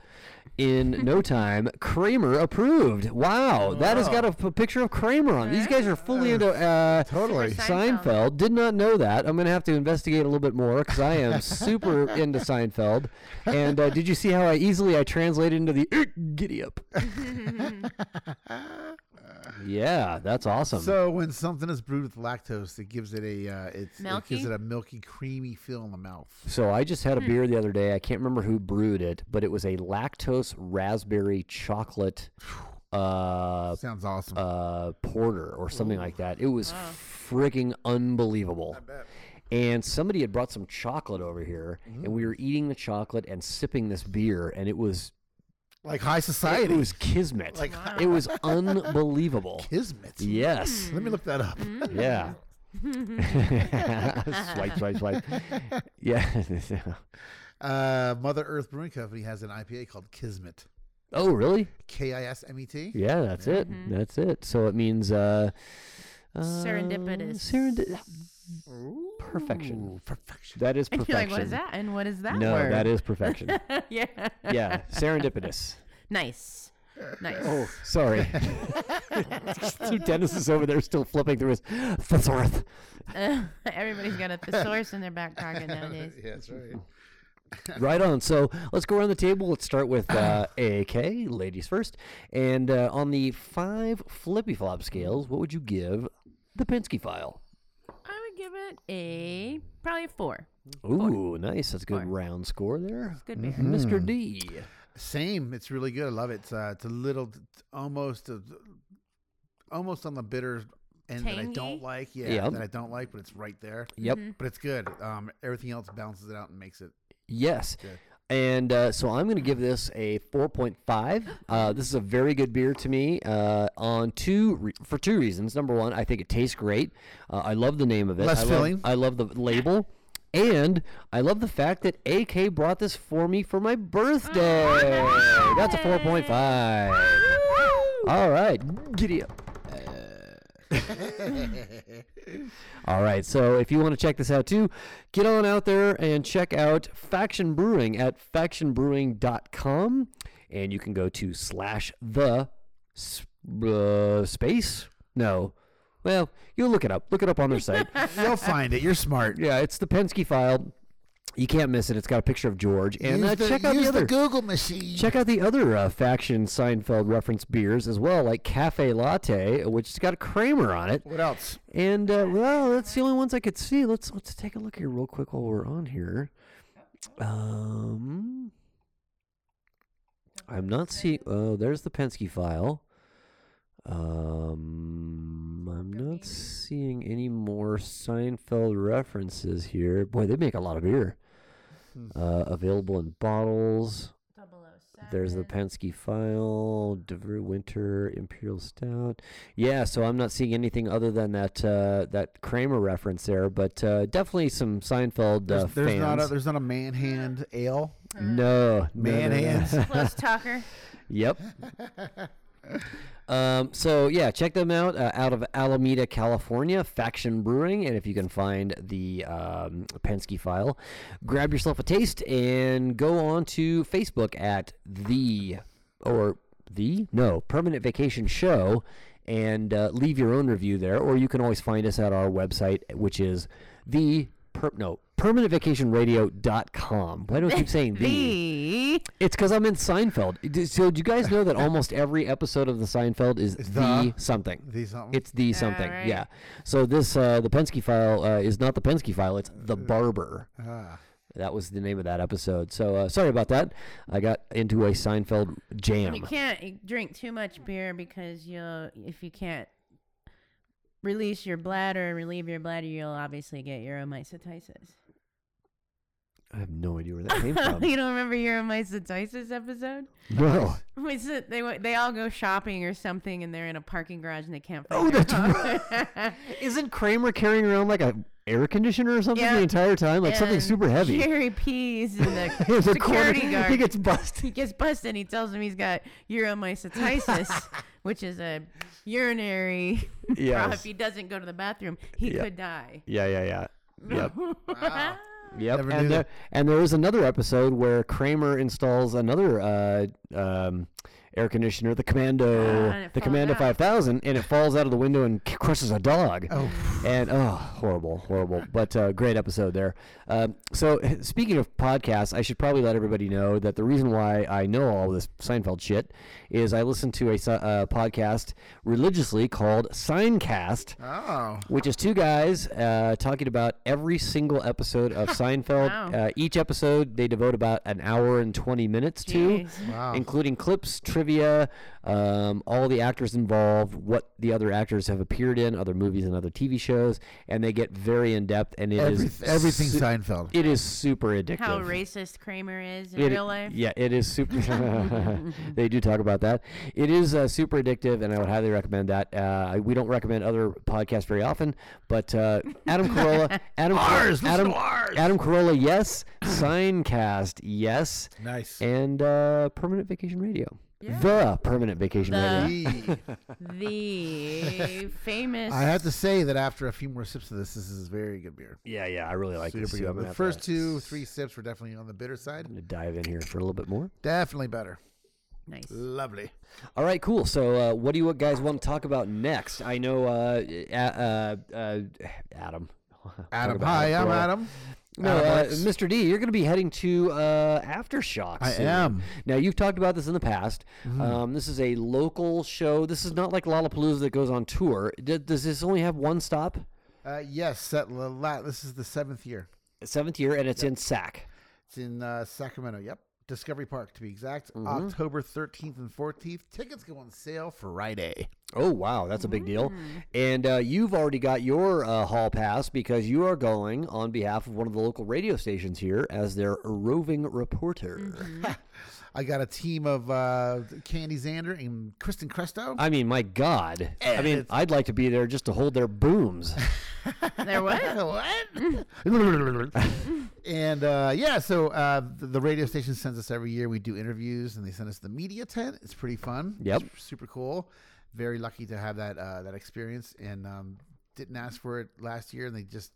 Speaker 2: [laughs]
Speaker 1: in no time, Kramer approved. Wow, that has got a p- picture of Kramer on. it. These guys are fully into uh,
Speaker 3: Totally.
Speaker 2: Super
Speaker 1: Seinfeld.
Speaker 2: Seinfeld.
Speaker 1: Did not know that. I'm gonna have to investigate a little bit more because I am
Speaker 2: [laughs]
Speaker 1: super into Seinfeld. And uh, did you see how I easily I translated into the "Eek, giddy up? yeah, that's awesome.
Speaker 3: So when something is brewed with lactose, it gives it a uh, it's, it gives
Speaker 2: Milky?
Speaker 3: it a milky, creamy feel in the mouth.
Speaker 1: So I just had a beer the other day. I can't remember who brewed it, but it was a lactose raspberry chocolate uh,
Speaker 3: Sounds awesome.
Speaker 1: uh, porter or something like that. It was freaking unbelievable. And somebody had brought some chocolate over here, and we were eating the chocolate and sipping this beer, and it was
Speaker 3: like high
Speaker 1: it
Speaker 3: society.
Speaker 1: was kismet. it was
Speaker 3: [laughs]
Speaker 1: unbelievable.
Speaker 3: Kismet.
Speaker 1: Yes.
Speaker 3: Let me look that up.
Speaker 1: Mm-hmm. Yeah. [laughs] swipe, swipe, swipe. Yeah. [laughs]
Speaker 3: [laughs] Uh, Mother Earth Brewing Company has an IPA called Kismet.
Speaker 1: oh, really?
Speaker 3: K I S M E T.
Speaker 1: Yeah, that's it.
Speaker 2: Mm-hmm.
Speaker 1: That's it. So it means uh, uh,
Speaker 2: Serendipitous.
Speaker 1: serendi- perfection.
Speaker 3: Ooh,
Speaker 1: [laughs]
Speaker 3: perfection.
Speaker 1: That is
Speaker 2: And
Speaker 1: perfection.
Speaker 2: [laughs] you're like, what is that? And what is that
Speaker 1: no,
Speaker 2: word?
Speaker 1: that is perfection.
Speaker 2: [laughs] yeah.
Speaker 1: yeah, serendipitous.
Speaker 2: Nice. Nice.
Speaker 1: [laughs]
Speaker 2: [laughs]
Speaker 1: Oh, sorry. so Dennis is over there still flipping through his thesaurus.
Speaker 2: Uh, everybody's got a thesaurus in their back pocket
Speaker 3: [laughs]
Speaker 2: nowadays.
Speaker 3: Yeah, that's right.
Speaker 1: Right on. So let's go around the table. Let's start with uh, AK, ladies first. And uh, on the five flippy flop scales, what would you give the Penske file?
Speaker 2: I would give it a probably a four.
Speaker 1: Ooh, nice. That's a good round score there. Hmm.
Speaker 2: Good beer.
Speaker 1: Mr. D.
Speaker 3: Same. It's really good. I love it. It's, uh, it's a little, it's almost, a, almost on the bitter end that I don't
Speaker 2: Tangy?
Speaker 3: like. Yeah,
Speaker 1: Yep.
Speaker 3: that I don't like, but it's right there.
Speaker 1: Yep.
Speaker 3: But it's good. Um, everything else balances it out and makes it.
Speaker 1: Yes. And uh, so I'm going to give this a 4.5. Uh, this is a very good beer to me uh, on two re- for two reasons. Number one, I think it tastes great. Uh, I love the name of it. I
Speaker 3: Less
Speaker 1: love,
Speaker 3: filling.
Speaker 1: I love the label, and I love the fact that AK brought this for me for my birthday. That's a 4.5. All right, giddy up. All right, so if you want to check this out too, get on out there and check out Faction Brewing at factionbrewing.com. And you can go to slash the s- uh, space. No. Well, you'll look it up. Look it up on their site.
Speaker 3: You'll find it. You're smart.
Speaker 1: yeah, it's the Penske file. You can't miss it. It's got a picture of George. And uh,
Speaker 3: Use the-
Speaker 1: check out
Speaker 3: use
Speaker 1: the other.
Speaker 3: Google machine.
Speaker 1: Check out the other uh, faction Seinfeld reference beers as well, like Cafe Latte, which has got a Kramer on it.
Speaker 3: What else?
Speaker 1: And uh, well, that's the only ones I could see. Let's let's take a look here real quick while we're on here. Um, I'm not seeing. Oh, there's the Penske file. Um, I'm not seeing any more Seinfeld references here. Boy, they make a lot of beer.
Speaker 3: Hmm.
Speaker 1: Uh, available in bottles. There's the
Speaker 3: oh
Speaker 1: Penske file, Dever Winter Imperial Stout. Yeah, so I'm not seeing anything other than that uh, that Kramer reference there, but uh, definitely some Seinfeld
Speaker 3: There's,
Speaker 1: uh,
Speaker 3: there's
Speaker 1: fans.
Speaker 3: not a there's not a man hand ale.
Speaker 1: no, no,
Speaker 3: Man
Speaker 1: no, no.
Speaker 3: hands.
Speaker 1: [laughs]
Speaker 2: Close talker.
Speaker 1: Yep. um, so yeah, check them out uh, out of Alameda, California, Faction Brewing, and if you can find the um, Penske file, grab yourself a taste and go on to Facebook at the or the no permanent vacation show and uh, leave your own review there, or you can always find us at our website, which is the per- no permanentvacationradio.com. Why do I keep saying the?
Speaker 2: The
Speaker 1: It's because I'm in Seinfeld. D- So do you guys
Speaker 3: [laughs]
Speaker 1: know that almost every episode of the Seinfeld is the,
Speaker 3: the-
Speaker 1: something?
Speaker 3: The something?
Speaker 1: It's the something.
Speaker 2: right.
Speaker 1: Yeah. So this uh, the Penske file uh, is not the Penske file. It's
Speaker 3: Uh,
Speaker 1: the Barber.
Speaker 3: ah.
Speaker 1: That was the name of that episode. So uh, sorry about that. I got into a Seinfeld
Speaker 2: you
Speaker 1: jam.
Speaker 2: can't e, drink too much beer because you'll if you can't release your bladder, relieve your bladder, you'll obviously get [laughs] uromycetitis.
Speaker 1: I have no idea where that
Speaker 2: [laughs]
Speaker 1: came from.
Speaker 2: you don't remember uromycetitis episode?
Speaker 1: no.
Speaker 2: Was it, they wa- they all go shopping or something and they're in a parking garage and they can't find
Speaker 1: Oh,
Speaker 2: their
Speaker 1: that's
Speaker 2: car. [laughs]
Speaker 1: Isn't Kramer carrying around like a air conditioner or something
Speaker 2: Yeah.
Speaker 1: the entire time? Like something
Speaker 2: And
Speaker 1: super heavy.
Speaker 2: Jerry Pease
Speaker 1: [laughs]
Speaker 2: and the
Speaker 1: There's a corner-
Speaker 2: security guard.
Speaker 1: He gets busted.
Speaker 2: [laughs] he gets busted and he tells him he's got uromycetitis,
Speaker 1: [laughs]
Speaker 2: which is a urinary [laughs] problem.
Speaker 1: Yes.
Speaker 2: If he doesn't go to the bathroom, he
Speaker 1: Yeah.
Speaker 2: could die.
Speaker 1: Yeah, yeah, yeah. Yep. Yep.
Speaker 3: Never knew
Speaker 1: and, there,
Speaker 3: that.
Speaker 1: and there is another episode where Kramer installs another uh, um, air conditioner, the Commando,
Speaker 2: Ah, and it
Speaker 1: the
Speaker 2: falls
Speaker 1: Commando
Speaker 2: out.
Speaker 1: 5000, and it falls out of the window and c- crushes a dog.
Speaker 3: Oh.
Speaker 1: And oh, horrible, horrible, but uh, great episode there. Um, so [laughs] speaking of podcasts, I should probably let everybody know that the reason why I know all this Seinfeld shit is I listen to a si- uh, podcast religiously called Signcast
Speaker 3: [laughs] Oh.
Speaker 1: which is two guys uh, talking about every single episode of Seinfeld.
Speaker 2: Wow.
Speaker 1: Uh, each episode they devote about an hour and 20 minutes to,
Speaker 2: Jeez.
Speaker 3: Wow.
Speaker 1: including clips, trivia, um, all the actors involved, what the other actors have appeared in, other movies and other TV shows, and they get very in depth. And it is
Speaker 3: Every, everything
Speaker 1: su-
Speaker 3: Seinfeld.
Speaker 1: It is super addictive.
Speaker 2: How racist Kramer is in
Speaker 1: It-
Speaker 2: real life.
Speaker 1: Yeah, it is
Speaker 3: [laughs]
Speaker 1: super. [laughs] they do talk about that. It is uh, super addictive, and I would highly recommend that. Uh, I- we don't recommend other podcasts very often, but uh, Adam
Speaker 3: [laughs]
Speaker 1: Carolla, Adam, Car-
Speaker 3: Ours, listen
Speaker 1: Adam,
Speaker 3: to ours.
Speaker 1: Adam Carolla, yes. Signcast, yes.
Speaker 3: Nice.
Speaker 1: And uh, Permanent Vacation Radio, the Permanent Vacation Radio. [laughs]
Speaker 3: Yee.
Speaker 2: The famous.
Speaker 3: I have to say that after a few more sips of this, this is very good beer.
Speaker 1: Yeah, yeah, I really like this.
Speaker 3: Super
Speaker 1: too. I'm
Speaker 3: good.
Speaker 1: gonna
Speaker 3: The
Speaker 1: have
Speaker 3: first
Speaker 1: to-
Speaker 3: two, three sips were definitely on the bitter side.
Speaker 1: I'm gonna dive in here for a little bit more.
Speaker 3: Definitely better.
Speaker 2: nice.
Speaker 3: Lovely.
Speaker 1: All right, cool. So, uh, what do you guys want to talk about next? I know, uh, uh, uh, uh, Adam. [laughs]
Speaker 3: Adam,
Speaker 1: about
Speaker 3: hi,
Speaker 1: Adam
Speaker 3: I'm
Speaker 1: Carolla.
Speaker 3: Adam.
Speaker 1: No,
Speaker 3: Adam
Speaker 1: uh,
Speaker 3: X.
Speaker 1: Mr. D, you're going to be heading to uh, Aftershock.
Speaker 3: I
Speaker 1: soon.
Speaker 3: am. Mm-hmm.
Speaker 1: Now, you've talked about this in the past. Um, this is a local show. This is not like Lollapalooza that goes on tour. D- does this only have one stop?
Speaker 3: Uh, yes, that, la- la- this is the seventh year.
Speaker 1: Seventh year, and it's in SAC.
Speaker 3: It's in uh, Sacramento. Yep. Discovery Park, to be exact. October 13th and 14th. Tickets go on sale Friday.
Speaker 1: Oh, wow. That's a big deal. And uh, you've already got your uh, hall pass because you are going on behalf of one of the local radio stations here as their roving reporter.
Speaker 3: I got a team of uh, Candy Xander and Kristen Cresto.
Speaker 1: I mean, my God. I mean, I'd like to be there just to hold their
Speaker 3: [laughs]
Speaker 1: booms. [laughs]
Speaker 2: There was.
Speaker 3: what? [laughs] and uh, yeah, so uh, the, the radio station sends us every year. We do interviews, and they send us the media tent. It's pretty fun.
Speaker 1: Yep.
Speaker 3: It's super cool. Very lucky to have that uh, that experience, and um, didn't ask for it last year, and they just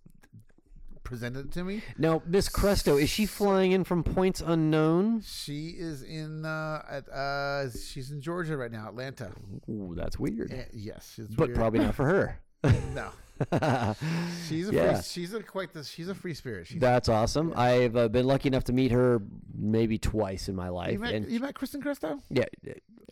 Speaker 3: presented it to me.
Speaker 1: Now, Miss Cresto, is she flying in from points unknown?
Speaker 3: She is in uh, at, uh, she's in Georgia right now, Atlanta.
Speaker 1: Ooh, that's weird.
Speaker 3: Eh, yes, it's
Speaker 1: But
Speaker 3: weird.
Speaker 1: probably not for her. [laughs]
Speaker 3: no. She's a
Speaker 1: Yeah.
Speaker 3: free, she's a quite the, she's a free spirit. She's,
Speaker 1: That's awesome. I've uh, been lucky enough to meet her maybe twice in my life.
Speaker 3: you met
Speaker 1: and
Speaker 3: you met Kristen Cresto,
Speaker 1: yeah,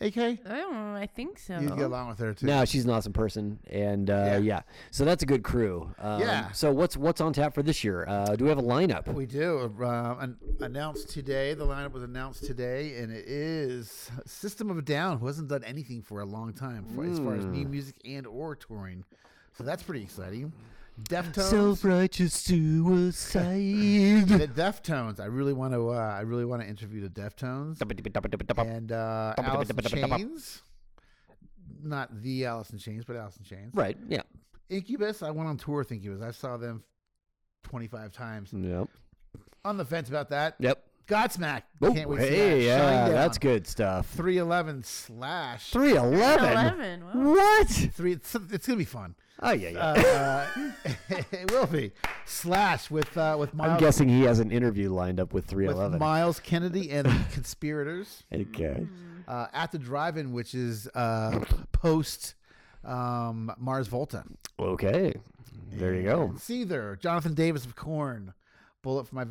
Speaker 3: AK.
Speaker 2: Oh, I think so.
Speaker 3: You'd get along with her too.
Speaker 1: no, she's an awesome person, and uh, yeah.
Speaker 3: Yeah.
Speaker 1: so that's a good crew. Um,
Speaker 3: Yeah.
Speaker 1: So what's what's on tap for this year? Uh, do we have a lineup?
Speaker 3: We do. Uh, an, announced today. The lineup was announced today, and it is System of a Down, who hasn't done anything for a long time for, as far as new music and or touring. So that's pretty exciting. Deftones.
Speaker 1: righteous suicide.
Speaker 3: the Deftones. I really want to. Uh, I really want to interview the Deftones and uh, Alice in Chains. Not the Alice in Chains, but Alice in Chains.
Speaker 1: right. Yeah.
Speaker 3: Incubus. I went on tour with Incubus. I saw them twenty-five times.
Speaker 1: Yep.
Speaker 3: On the fence about that.
Speaker 1: Hmm. Yep.
Speaker 3: Godsmack.
Speaker 1: Oh,
Speaker 3: Can't wait to see that.
Speaker 1: hey, yeah,
Speaker 3: Shinedown.
Speaker 1: that's good stuff.
Speaker 3: 311 slash
Speaker 1: Three eleven.
Speaker 2: 11. Wow.
Speaker 1: What?
Speaker 3: three. It's, it's gonna
Speaker 1: [laughs]
Speaker 3: be fun.
Speaker 1: Oh yeah, yeah.
Speaker 3: Uh, [laughs] it will be slash with uh, with
Speaker 1: I'm
Speaker 3: Miles
Speaker 1: guessing he has an interview lined up with
Speaker 3: with
Speaker 1: 311.
Speaker 3: Miles Kennedy and the conspirators
Speaker 1: okay.
Speaker 3: uh, at the drive-in, which is uh, post um, Mars Volta.
Speaker 1: Okay. There you go.
Speaker 3: Seether, Jonathan Davis of Corn, Bullet for My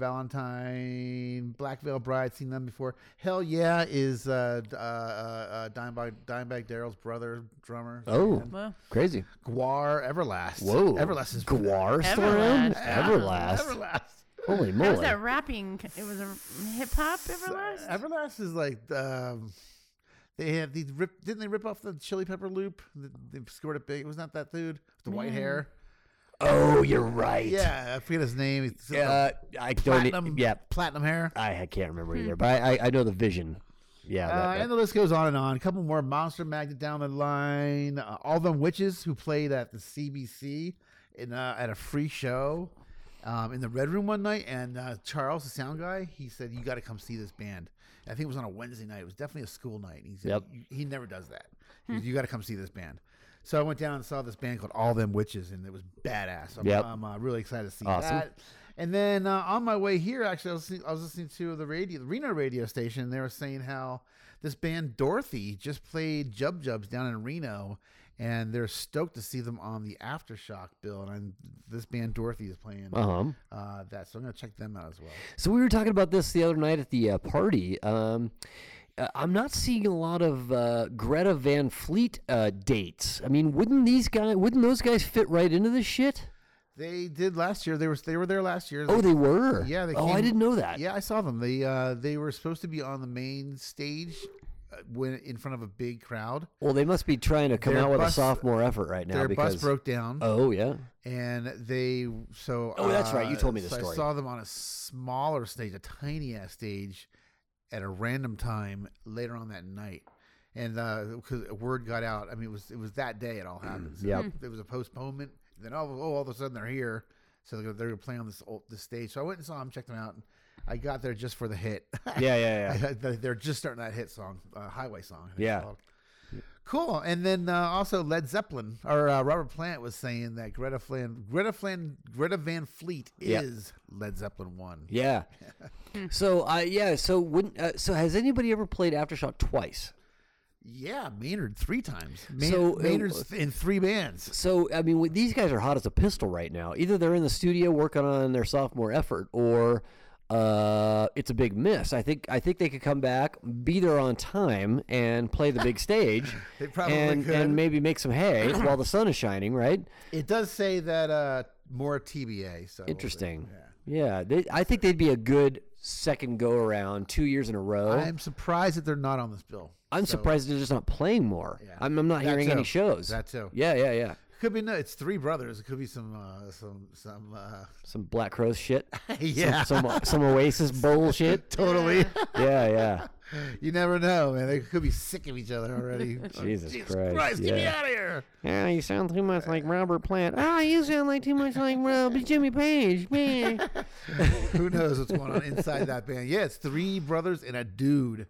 Speaker 3: Valentine, Black Veil Bride, seen them before. Hell yeah is uh, d- uh, uh, uh, Dimebag Dimebag Daryl's brother drummer.
Speaker 1: Oh,
Speaker 2: Well,
Speaker 1: crazy.
Speaker 3: Guar Everlast.
Speaker 1: Whoa.
Speaker 3: Everlast is
Speaker 1: Guar still around? Everlast.
Speaker 2: Everlast.
Speaker 3: Everlast.
Speaker 1: Holy
Speaker 2: How was
Speaker 1: moly.
Speaker 2: that rapping? It was a hip hop Everlast?
Speaker 3: Everlast is like um, they had these rip. Didn't they rip off the Chili Pepper Loop? Th- They scored it big. It was not that dude with the white hair.
Speaker 1: Oh, you're right.
Speaker 3: Yeah, I forget his name. It's, uh,
Speaker 1: Uh, I don't.
Speaker 3: platinum.
Speaker 1: yeah.
Speaker 3: platinum hair.
Speaker 1: I, I can't remember either, but I, I, I know the vision. Yeah. that-
Speaker 3: Uh,
Speaker 1: that-
Speaker 3: and the list goes on and on. A couple more Monster Magnet down the line. Uh, All them witches who played at the CBC in uh, at a free show um, in the Red Room one night, and uh, Charles, the sound guy, he said, "You got to come see this band." I think it was on a Wednesday night. It was definitely a school night. He said,
Speaker 1: Yep. Hmm.
Speaker 3: "You- "He never does that. He goes, you got to come see this band." So I went down and saw this band called All Them Witches, and it was badass. I'm,
Speaker 1: Yep.
Speaker 3: I'm uh, really excited to see
Speaker 1: Awesome.
Speaker 3: that. And then uh, on my way here, actually, I was, listening- I was listening to the radio, the Reno radio station. And they were saying how this band Dorothy just played Jub Jubs down in Reno, and they're stoked to see them on the Aftershock bill. And I'm, this band Dorothy is playing
Speaker 1: Uh-huh.
Speaker 3: uh, that, so I'm gonna check them out as well.
Speaker 1: So we were talking about this the other night at the uh, party. Um, uh, I'm not seeing a lot of uh, Greta Van Fleet uh, dates. I mean, wouldn't these guys? Wouldn't those guys fit right into this shit?
Speaker 3: They did last year. They were they were there last year.
Speaker 1: Oh, they were.
Speaker 3: Yeah, they
Speaker 1: oh, I
Speaker 3: came-
Speaker 1: didn't know that.
Speaker 3: Yeah, I saw them. They uh, they were supposed to be on the main stage uh, when in front of a big crowd.
Speaker 1: Well, they must be trying to come
Speaker 3: Their
Speaker 1: out with a
Speaker 3: bus-
Speaker 1: sophomore effort right now
Speaker 3: Their
Speaker 1: because.
Speaker 3: bus broke down,
Speaker 1: Oh
Speaker 3: [laughs]
Speaker 1: yeah.
Speaker 3: and they so.
Speaker 1: Oh, that's right. You
Speaker 3: uh,
Speaker 1: told me the
Speaker 3: so
Speaker 1: story.
Speaker 3: I saw them on a smaller stage, a tiny ass stage, at a random time later on that night. And because word got out, I mean, it was it was that day it all happened. So
Speaker 1: Mm, Yep.
Speaker 3: there was a postponement. Then all, oh, all of a sudden they're here, so they're, they're playing on this old, this stage. So I went and saw them, checked them out. And I got there just for the hit. [laughs]
Speaker 1: Yeah, yeah, yeah.
Speaker 3: I- I- uh, they- They're just starting that hit song, uh, Highway Song. I think it's
Speaker 1: Yeah.
Speaker 3: called. Cool. And then uh, also Led Zeppelin or uh, Robert Plant was saying that Greta Flan, Greta Flan, Greta Van Fleet
Speaker 1: Yeah.
Speaker 3: is Led Zeppelin one.
Speaker 1: Yeah.
Speaker 3: Hmm.
Speaker 1: so, uh, yeah. So, wouldn't uh, so has anybody ever played Aftershock twice?
Speaker 3: Yeah, Maynard three times. Maynard,
Speaker 1: So uh, it
Speaker 3: Maynard's
Speaker 1: was-
Speaker 3: in three bands.
Speaker 1: So, I mean, with- these guys are hot as a pistol right now. Either they're in the studio working on their sophomore effort, or uh, it's a big miss. I think I think they could come back, be there on time, and play
Speaker 3: [laughs]
Speaker 1: the big stage.
Speaker 3: They probably
Speaker 1: and,
Speaker 3: could.
Speaker 1: and maybe make some
Speaker 3: [coughs]
Speaker 1: hay while the sun is shining. Right?
Speaker 3: It does say that uh, more TBA. So we'll see.
Speaker 1: Interesting.
Speaker 3: Yeah.
Speaker 1: Yeah, they, I think they'd be a good second go around, two years in a row.
Speaker 3: I'm surprised that they're not on this bill.
Speaker 1: I'm
Speaker 3: So,
Speaker 1: surprised they're just not playing more.
Speaker 3: Yeah.
Speaker 1: I'm, I'm not
Speaker 3: That
Speaker 1: hearing any
Speaker 3: too.
Speaker 1: shows.
Speaker 3: That too.
Speaker 1: Yeah, yeah, yeah.
Speaker 3: Could be no. It's three brothers. It could be some uh, some some. Uh, [laughs]
Speaker 1: Some Black Crowes [laughs] shit.
Speaker 3: yeah. [laughs]
Speaker 1: Some some, some Oasis bullshit.
Speaker 3: totally.
Speaker 1: Yeah, yeah.
Speaker 3: You never know, man. They could be sick of each
Speaker 1: [laughs]
Speaker 3: other already. Oh,
Speaker 1: Jesus Christ,
Speaker 3: get me
Speaker 1: yeah.
Speaker 3: out of here.
Speaker 1: [laughs] Yeah, you sound too much like Robert Plant. Ah, you sound like too much like Robert Jimmy Page. Man.
Speaker 3: Who knows what's going on inside that band? Yeah, it's three brothers and a dude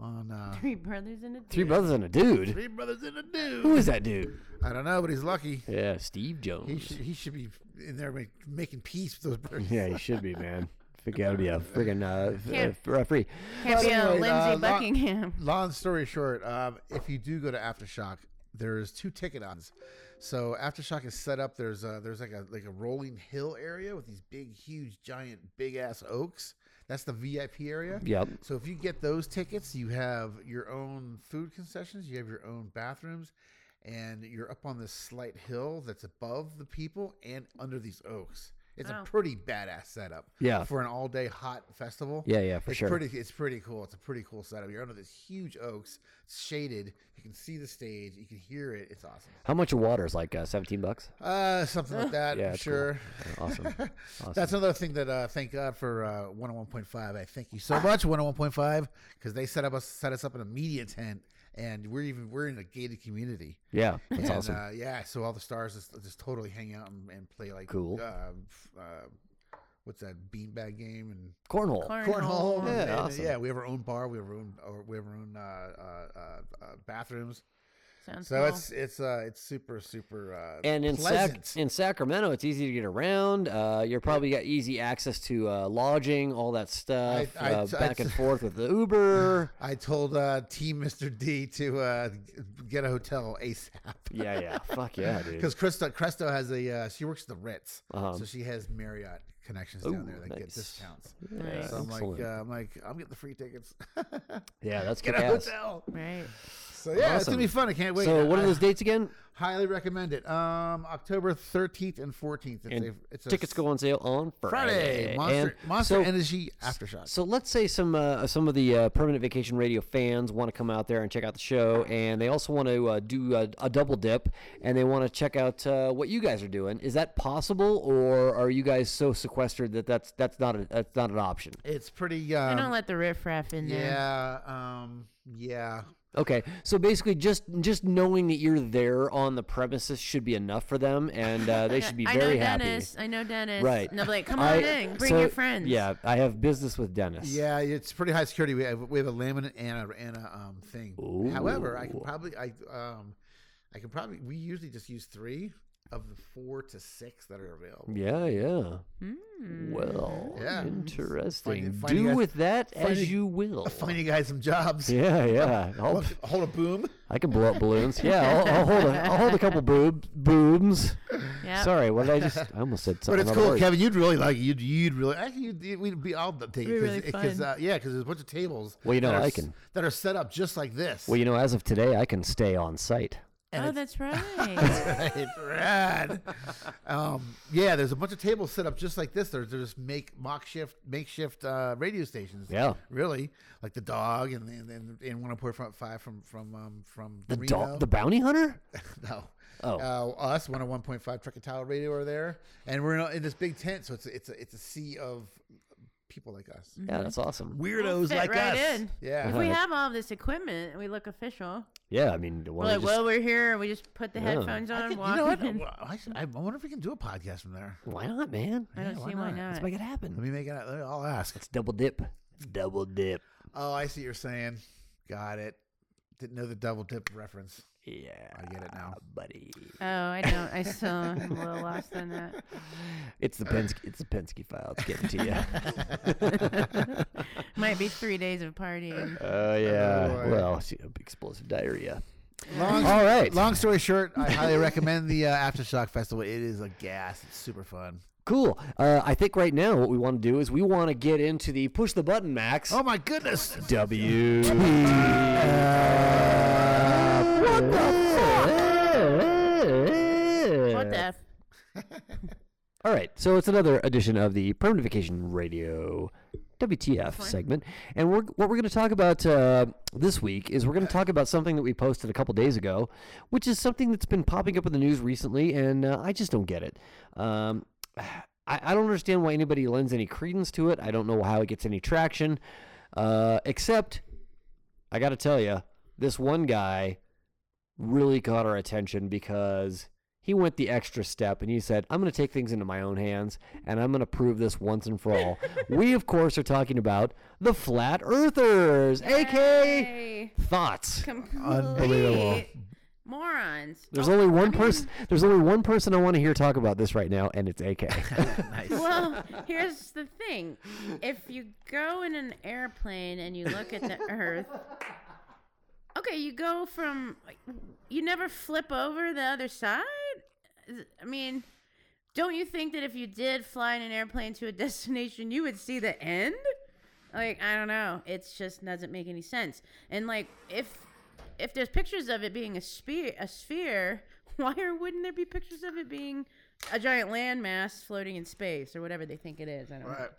Speaker 3: on uh
Speaker 2: [laughs] Three brothers and a
Speaker 1: [laughs] Three
Speaker 2: dude.
Speaker 1: brothers and a dude.
Speaker 3: Three brothers and a
Speaker 1: Who
Speaker 3: dude.
Speaker 1: is that dude?
Speaker 3: I don't know, but he's lucky.
Speaker 1: Yeah, Steve Jones.
Speaker 3: He should, he should be in there ma- making peace with those brothers.
Speaker 1: yeah, he should be, man. Figure out to [laughs] be a friggin' uh, f-
Speaker 2: Can't-
Speaker 1: uh, f- referee.
Speaker 2: Can't be
Speaker 3: But
Speaker 2: a
Speaker 3: anyway,
Speaker 2: Lindsay
Speaker 3: uh, lo-
Speaker 2: Buckingham. [laughs]
Speaker 3: Long story short, um, if you do go to Aftershock, there's two ticket ons. So Aftershock is set up. There's a, there's like a like a rolling hill area with these big, huge, giant, big ass oaks. That's the VIP area.
Speaker 1: Yep.
Speaker 3: So if you get those tickets, you have your own food concessions, you have your own bathrooms, and you're up on this slight hill that's above the people and under these oaks. It's
Speaker 2: Wow.
Speaker 3: a pretty badass setup.
Speaker 1: Yeah.
Speaker 3: For an all day hot festival.
Speaker 1: Yeah, yeah, for
Speaker 3: it's
Speaker 1: sure.
Speaker 3: Pretty, it's pretty cool. It's a pretty cool setup. You're under this huge oaks, it's shaded. You can see the stage. You can hear it. It's awesome.
Speaker 1: How much of water is like uh, 17 [laughs] bucks?
Speaker 3: Uh, something like that.
Speaker 1: Yeah,
Speaker 3: I'm
Speaker 1: it's cool.
Speaker 3: sure.
Speaker 1: Awesome.
Speaker 3: That's another thing that uh, thank God for uh, 101.5. I thank you so much 101.5 because they set up us set us up in a media tent and we're even we're in a gated community.
Speaker 1: Yeah, that's
Speaker 3: and,
Speaker 1: awesome.
Speaker 3: Uh, yeah, so all the stars just, just totally hang out and, and play like
Speaker 1: Cool.
Speaker 3: Uh, f- uh, what's that beanbag game and
Speaker 1: Cornhole.
Speaker 3: cornhole.
Speaker 1: Yeah,
Speaker 3: and-
Speaker 1: awesome.
Speaker 3: yeah, we have our own bar. We have our own or we have our own uh, uh, uh, uh, bathrooms.
Speaker 2: Sounds
Speaker 3: So
Speaker 2: cool.
Speaker 3: it's it's uh, it's super super uh,
Speaker 1: and in Sac-
Speaker 3: pleasant.
Speaker 1: in Sacramento, it's easy to get around. Uh, you're probably got easy access to uh, lodging, all that stuff,
Speaker 3: I-
Speaker 1: uh,
Speaker 3: I- I-
Speaker 1: back and forth with the
Speaker 3: [laughs]
Speaker 1: Uber.
Speaker 3: I told uh, Team Mr. D to uh, g- get a hotel ASAP.
Speaker 1: yeah, yeah, fuck yeah, dude.
Speaker 3: Because Cresto, Cresto has a, uh, she works at the Ritz,
Speaker 1: Uh-huh.
Speaker 3: so she has Marriott connections
Speaker 1: Ooh,
Speaker 3: down there that
Speaker 1: nice.
Speaker 3: get discounts.
Speaker 1: Yeah,
Speaker 3: so I'm
Speaker 1: excellent.
Speaker 3: like, uh, I'm like, I'm getting the free tickets. [laughs]
Speaker 1: yeah, that's
Speaker 3: get
Speaker 1: good.
Speaker 3: a
Speaker 1: Ass.
Speaker 3: hotel.
Speaker 2: right.
Speaker 3: So yeah, it's
Speaker 1: Awesome.
Speaker 3: gonna be fun. I can't wait.
Speaker 1: So, what
Speaker 3: I
Speaker 1: are those dates again?
Speaker 3: Highly recommend it. Um, October 13th and 14th. It's a,
Speaker 1: And
Speaker 3: it's a
Speaker 1: tickets go on sale on Friday.
Speaker 3: Friday. Monster,
Speaker 1: and
Speaker 3: Monster
Speaker 1: so,
Speaker 3: Energy aftershock.
Speaker 1: So let's say some uh, some of the uh, permanent vacation radio fans want to come out there and check out the show, and they also want to uh, do a, a double dip, and they want to check out uh, what you guys are doing. Is that possible, or are you guys so sequestered that that's that's not a, that's not an option?
Speaker 3: It's pretty.
Speaker 2: I
Speaker 3: Um,
Speaker 2: don't let the riffraff in there.
Speaker 3: yeah. Um. Yeah.
Speaker 1: Okay, so basically, just just knowing that you're there on the premises should be enough for them, and uh, they should be
Speaker 2: [laughs] I
Speaker 1: very
Speaker 2: know
Speaker 1: happy.
Speaker 2: Dennis. I know Dennis.
Speaker 1: Right.
Speaker 2: And they'll be like, come on
Speaker 1: I-
Speaker 2: in. Bring
Speaker 1: so-
Speaker 2: your friends.
Speaker 1: Yeah, I have business with Dennis.
Speaker 3: Yeah, it's pretty high security. We have, we have a laminate and a, and a um, thing. However, I can
Speaker 1: Ooh.
Speaker 3: probably I um I can probably we usually just use three. of the four to six that are available.
Speaker 1: Yeah, yeah.
Speaker 2: Hmm.
Speaker 1: Well,
Speaker 3: Yeah.
Speaker 1: interesting.
Speaker 3: Find- find you
Speaker 1: Do
Speaker 3: guys-
Speaker 1: with that
Speaker 3: find
Speaker 1: as
Speaker 3: you-
Speaker 1: you will.
Speaker 3: Find you guys some jobs.
Speaker 1: Yeah, yeah. I'll,
Speaker 3: Look, hold a boom.
Speaker 1: I can blow up balloons. Yeah, I'll,
Speaker 3: [laughs]
Speaker 1: I'll hold a, I'll hold a couple boob booms.
Speaker 2: Yep. Oh,
Speaker 1: Sorry, what
Speaker 3: [laughs]
Speaker 1: did I just? I almost said
Speaker 3: But
Speaker 1: something.
Speaker 3: it's
Speaker 1: other
Speaker 3: cool,
Speaker 1: word.
Speaker 3: Kevin. You'd really like it. You'd, you'd really. Actually, you'd, it- we'd be all
Speaker 2: It'd
Speaker 3: take
Speaker 2: be really
Speaker 3: it because
Speaker 2: fun.
Speaker 3: uh, yeah, because there's a bunch of tables.
Speaker 1: Well, you know,
Speaker 3: that are
Speaker 1: I
Speaker 3: s-
Speaker 1: can-
Speaker 3: that are set up just like this.
Speaker 1: Well, you know, as of today, I can stay on site.
Speaker 2: Oh,
Speaker 1: [laughs]
Speaker 2: that's right.
Speaker 3: right, rad. um, yeah, there's a bunch of tables set up just like this. They're, they're just make makeshift makeshift uh, radio stations.
Speaker 1: Yeah.
Speaker 3: really, like the dog and and and, and one oh point five from from um, from
Speaker 1: The
Speaker 3: Reno.
Speaker 1: dog, the bounty
Speaker 3: [laughs]
Speaker 1: hunter.
Speaker 3: No.
Speaker 1: Oh.
Speaker 3: Uh, us, 101.5 Truckatala Radio are there. And we're in, in this big tent, so it's a, it's a, it's a sea of people like us.
Speaker 1: Yeah, that's awesome.
Speaker 3: Weirdos
Speaker 2: fit
Speaker 3: like
Speaker 2: right
Speaker 3: us.
Speaker 2: in.
Speaker 3: Yeah.
Speaker 2: if we have all this equipment and we look official,
Speaker 1: Yeah, I mean, why
Speaker 2: we're
Speaker 1: don't
Speaker 2: like,
Speaker 1: you
Speaker 2: well, we're here. We just put the
Speaker 1: Yeah.
Speaker 2: headphones on
Speaker 3: I
Speaker 2: and
Speaker 3: could-
Speaker 2: walk
Speaker 3: you know what?
Speaker 2: in.
Speaker 3: Well, I, should- I wonder if we can do a podcast from there.
Speaker 1: just- why not, man?
Speaker 2: I don't
Speaker 3: Yeah,
Speaker 2: see why not.
Speaker 1: Let's make it
Speaker 3: Let
Speaker 1: happen.
Speaker 3: me make it. I'll ask.
Speaker 1: It's double dip. It's double dip.
Speaker 3: Oh, I see what you're saying. Got it. Didn't know the double dip reference.
Speaker 1: Yeah,
Speaker 3: I get it now.
Speaker 1: buddy.
Speaker 2: Oh, I don't. I still am a little lost on that.
Speaker 1: It's the Penske. It's the Penske file. It's getting
Speaker 3: [laughs]
Speaker 1: to you.
Speaker 2: Might be three days of partying.
Speaker 1: Oh yeah.
Speaker 3: boy.
Speaker 1: well, she- explosive diarrhea.
Speaker 3: Long,
Speaker 1: All right.
Speaker 3: Long story short,
Speaker 1: [laughs]
Speaker 3: I highly recommend the uh, Aftershock Festival. It is a gas. It's super fun.
Speaker 1: Cool. Uh, I think right now what we want to do is we want to get into the push the button, Max. [laughs]
Speaker 3: Oh my goodness. [laughs]
Speaker 1: W. what the
Speaker 2: What the f?
Speaker 1: All right, so it's another edition of the Permitification Radio WTF segment, and we're, what we're going to talk about uh, this week is we're going to talk about something that we posted a couple days ago, which is something that's been popping up in the news recently, and uh, I just don't get it. Um, I, I don't understand why anybody lends any credence to it. I don't know how it gets any traction, uh, except I got to tell you, this one guy really caught our attention because he went the extra step and he said, I'm going to take things into my own hands and I'm going to prove this once and for all. we, of course, are talking about the Flat Earthers, aka
Speaker 2: Hey,
Speaker 1: Thoughts.
Speaker 3: Unbelievable.
Speaker 2: complete morons. Oh,
Speaker 1: There's only one person. There's only one person I want to hear talk about this right now, and it's AK.
Speaker 2: Well, here's the thing. If you go in an airplane and you look at the earth, okay, you go from you never flip over the other side? Is- I mean, don't you think that if you did fly in an airplane to a [laughs] destination, you would see the end? Like, I don't know. It's just doesn't make any sense. And like if if there's pictures of it being a sphere, a sphere, [laughs] why or wouldn't there be pictures of it being a giant landmass floating in space or whatever they think it is? I don't know.
Speaker 3: Right.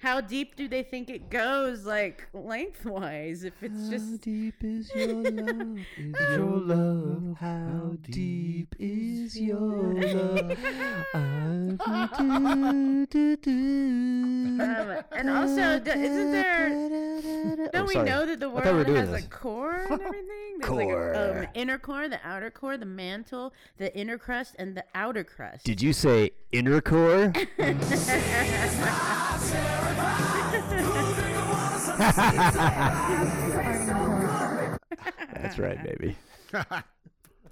Speaker 2: How deep do they think it goes, like lengthwise? If it's just
Speaker 1: deep is your love? Is
Speaker 3: [laughs]
Speaker 1: your love? How deep is your
Speaker 3: [laughs]
Speaker 1: love? I do, do, do, do.
Speaker 2: um, and also, d- isn't there? Don't we know that the
Speaker 1: I thought we were
Speaker 2: world
Speaker 1: doing
Speaker 2: has
Speaker 1: this.
Speaker 2: a core
Speaker 1: [laughs]
Speaker 2: and everything? There's
Speaker 1: Core.
Speaker 2: like an inner core, the outer core, the mantle, the inner crust, and the outer crust.
Speaker 1: Did you say inner core? That's right, baby.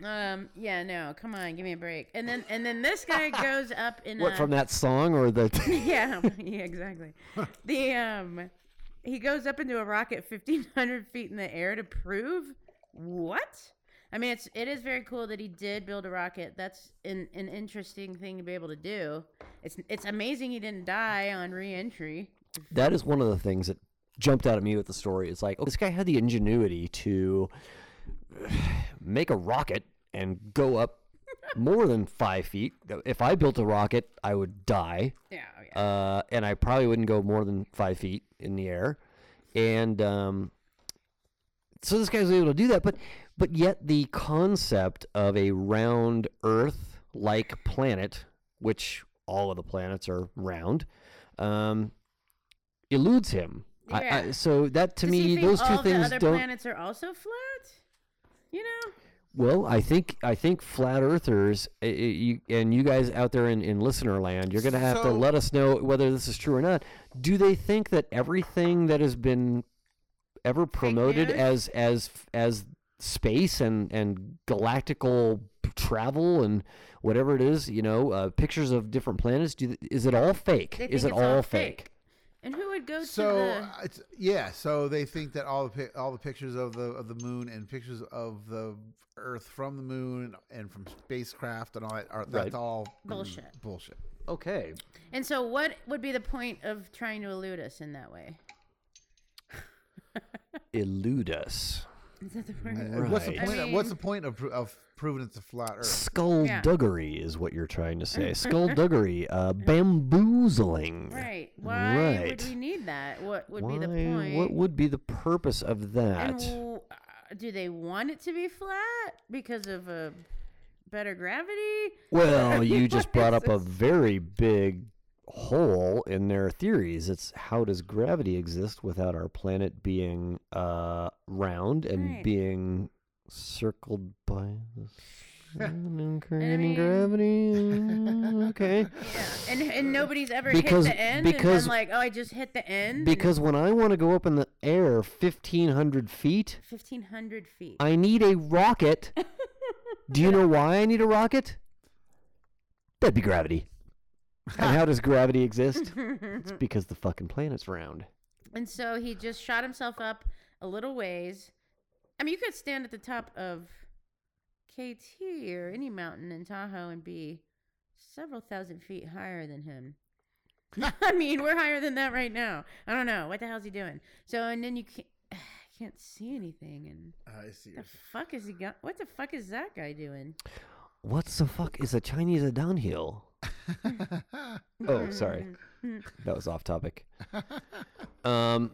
Speaker 2: um, yeah, no, come on, give me a break. And then, and
Speaker 1: [laughs]
Speaker 2: then this guy goes up in
Speaker 1: What
Speaker 2: a,
Speaker 1: from that song or the? [laughs]
Speaker 2: [laughs] yeah, yeah, [laughs] exactly. the um, he goes up into a rocket fifteen hundred feet in the air to prove what? I mean, it's it is very cool that he did build a rocket. That's an an interesting thing to be able to do. It's it's amazing he didn't die on reentry.
Speaker 1: that is one of the things that jumped out at me with the story. It's like, oh, this guy had the ingenuity to make a rocket and go up more than five feet. If I built a rocket, I would die,
Speaker 2: Yeah, oh, yeah.
Speaker 1: uh, and I probably wouldn't go more than five feet in the air. And um, so this guy was able to do that, but but yet the concept of a round Earth-like planet, which all of the planets are round, um, eludes him. I, I,
Speaker 2: Yeah.
Speaker 1: so that to
Speaker 2: Does he
Speaker 1: me,
Speaker 2: think
Speaker 1: those two
Speaker 2: all
Speaker 1: things
Speaker 2: the other
Speaker 1: don't.
Speaker 2: planets are also flat? You know,
Speaker 1: Well, I think I think flat earthers i- i- you, and you guys out there in, in listener land, you're going to have to
Speaker 3: So-
Speaker 1: let us know whether this is true or not. Do they think that everything that has been ever promoted
Speaker 2: news?
Speaker 1: as as as space and and galactical p- travel and whatever it is, you know, uh, pictures of different planets. Do, th- is it all fake?
Speaker 2: They
Speaker 1: Is it
Speaker 2: think
Speaker 1: all,
Speaker 2: it's all
Speaker 1: fake?
Speaker 2: fake. And who would go to
Speaker 3: So
Speaker 2: the?
Speaker 3: uh, it's yeah. So they think that all the pic- all the pictures of the of the moon and pictures of the Earth from the moon and from spacecraft and all that are that's
Speaker 1: Right.
Speaker 3: all mm,
Speaker 2: Bullshit.
Speaker 3: Bullshit.
Speaker 1: Okay.
Speaker 2: And so, what would be the point of trying to elude us in that way?
Speaker 1: Elude us.
Speaker 2: Is that the word?
Speaker 3: And What's the
Speaker 1: Right. I
Speaker 3: point? what's the
Speaker 2: mean-
Speaker 3: point of pro- of proving it's a flat
Speaker 1: [sighs]
Speaker 3: Earth?
Speaker 1: Skullduggery is what you're trying to
Speaker 2: [laughs]
Speaker 1: say. Skullduggery, uh, bamboozling.
Speaker 2: Right. Why
Speaker 1: Right.
Speaker 2: would we need that? What would be the
Speaker 1: Why-
Speaker 2: point?
Speaker 1: What would be the purpose of
Speaker 2: and
Speaker 1: that?
Speaker 2: w- uh, do they want it to be flat because of a better gravity?
Speaker 1: Well, you just
Speaker 2: [laughs] What
Speaker 1: brought up
Speaker 2: is
Speaker 1: a very big hole in their theories. It's how does gravity exist without our planet being uh, round and
Speaker 2: Right.
Speaker 1: being circled by
Speaker 2: [laughs]
Speaker 1: the sun and creating
Speaker 2: mean- [laughs]
Speaker 1: gravity? okay.
Speaker 2: Yeah. And and nobody's ever
Speaker 1: Because-
Speaker 2: hit the end and
Speaker 1: because-
Speaker 2: been like, oh, I just hit the end.
Speaker 1: Because when I want to go up in the air 1,500 feet,
Speaker 2: fifteen hundred feet.
Speaker 1: I need a rocket. Do you know why I need a rocket? That'd be gravity. and how does gravity exist? it's because the fucking planet's round.
Speaker 2: And so he just shot himself up a little ways. I mean, you could stand at the top of KT or any mountain in Tahoe and be several thousand feet higher than him. [laughs] I mean, we're higher than that right now. I don't know what the hell's he doing. So, and then you [sighs] can't, can't see anything. And
Speaker 3: I see.
Speaker 2: the fuck is he got? What the fuck is that guy doing?
Speaker 1: What's the fuck is a Chinese a downhill? oh, sorry. That was off topic. Um,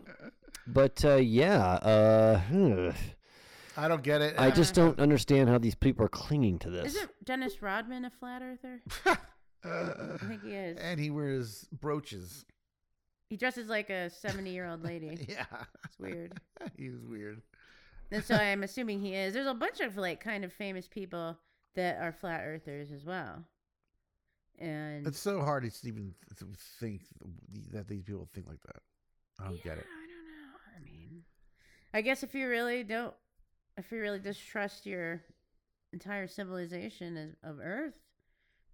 Speaker 1: but uh, yeah, uh, hmm.
Speaker 3: I don't get it.
Speaker 1: I just don't understand how these people are clinging to this.
Speaker 2: Isn't Dennis Rodman a flat earther? I think he
Speaker 3: [laughs]
Speaker 2: is.
Speaker 3: [sighs] and he wears brooches.
Speaker 2: He dresses like a seventy-year-old lady.
Speaker 3: [laughs] Yeah,
Speaker 2: It's weird.
Speaker 3: [laughs] he was weird.
Speaker 2: And so I'm assuming he is. There's a bunch of like kind of famous people that are flat earthers as well. And
Speaker 3: It's so hard to even to think that these people think like that. I don't get it.
Speaker 2: I don't know. I mean, I guess if you really don't, if you really distrust your entire civilization is- of Earth,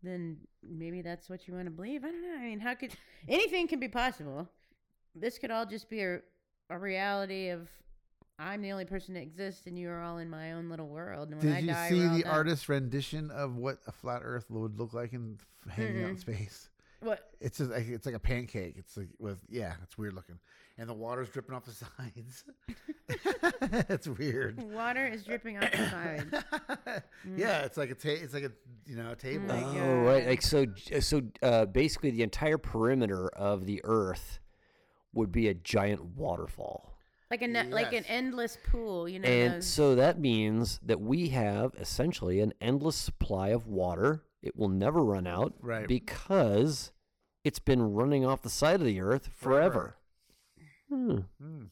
Speaker 2: then maybe that's what you want to believe. I don't know. I mean, how could anything can be possible? This could all just be a, a reality of I'm the only person that exists, and you are all in my own little world. And when
Speaker 3: Did
Speaker 2: I
Speaker 3: you
Speaker 2: die,
Speaker 3: see
Speaker 2: we're all
Speaker 3: the
Speaker 2: done.
Speaker 3: artist's rendition of what a flat Earth would look like in hanging out in space?
Speaker 2: What?
Speaker 3: It's just like, it's like a pancake. It's like with yeah, it's weird looking, and the water's dripping off the [laughs] sides. it's weird.
Speaker 2: Water is dripping off the
Speaker 1: [coughs]
Speaker 2: side.
Speaker 3: [laughs]
Speaker 2: Mm.
Speaker 3: yeah, it's like a ta- it's like a you know a table.
Speaker 2: my
Speaker 1: Oh,
Speaker 2: God.
Speaker 1: right. Like so, so uh, basically, the entire perimeter of the Earth would be a giant waterfall,
Speaker 2: Like a ne- like an
Speaker 3: Yes.
Speaker 2: endless pool, you know.
Speaker 1: and
Speaker 2: those-
Speaker 1: so that means that we have essentially an endless supply of water. It will never run out,
Speaker 3: Right.
Speaker 1: Because it's been running off the side of the Earth forever. Hmm.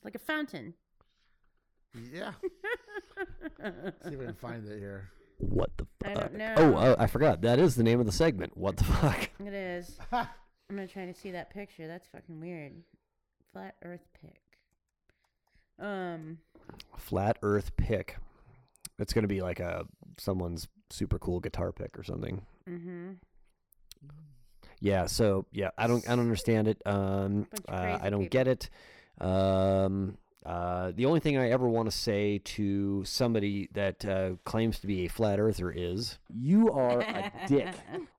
Speaker 2: like a fountain.
Speaker 3: [laughs] Yeah. see
Speaker 2: [laughs]
Speaker 3: if I can find it here.
Speaker 1: What the?
Speaker 2: I
Speaker 1: Fuck?
Speaker 2: don't know.
Speaker 1: Oh, uh, I forgot. That is the name of the segment. What the [laughs] fuck? [laughs]
Speaker 2: It is. I'm gonna try to see that picture. That's fucking weird. Flat Earth pick. Um.
Speaker 1: Flat Earth pick. It's gonna be like a someone's super cool guitar pick or something.
Speaker 2: Mm-hmm.
Speaker 1: Yeah. So yeah, I don't I don't understand it. Um,
Speaker 2: Bunch of
Speaker 1: uh, I
Speaker 2: crazy
Speaker 1: don't get it. Um, uh, the only thing I ever want to say to somebody that uh, claims to be a flat earther is, "You are a
Speaker 2: [laughs]
Speaker 1: dick."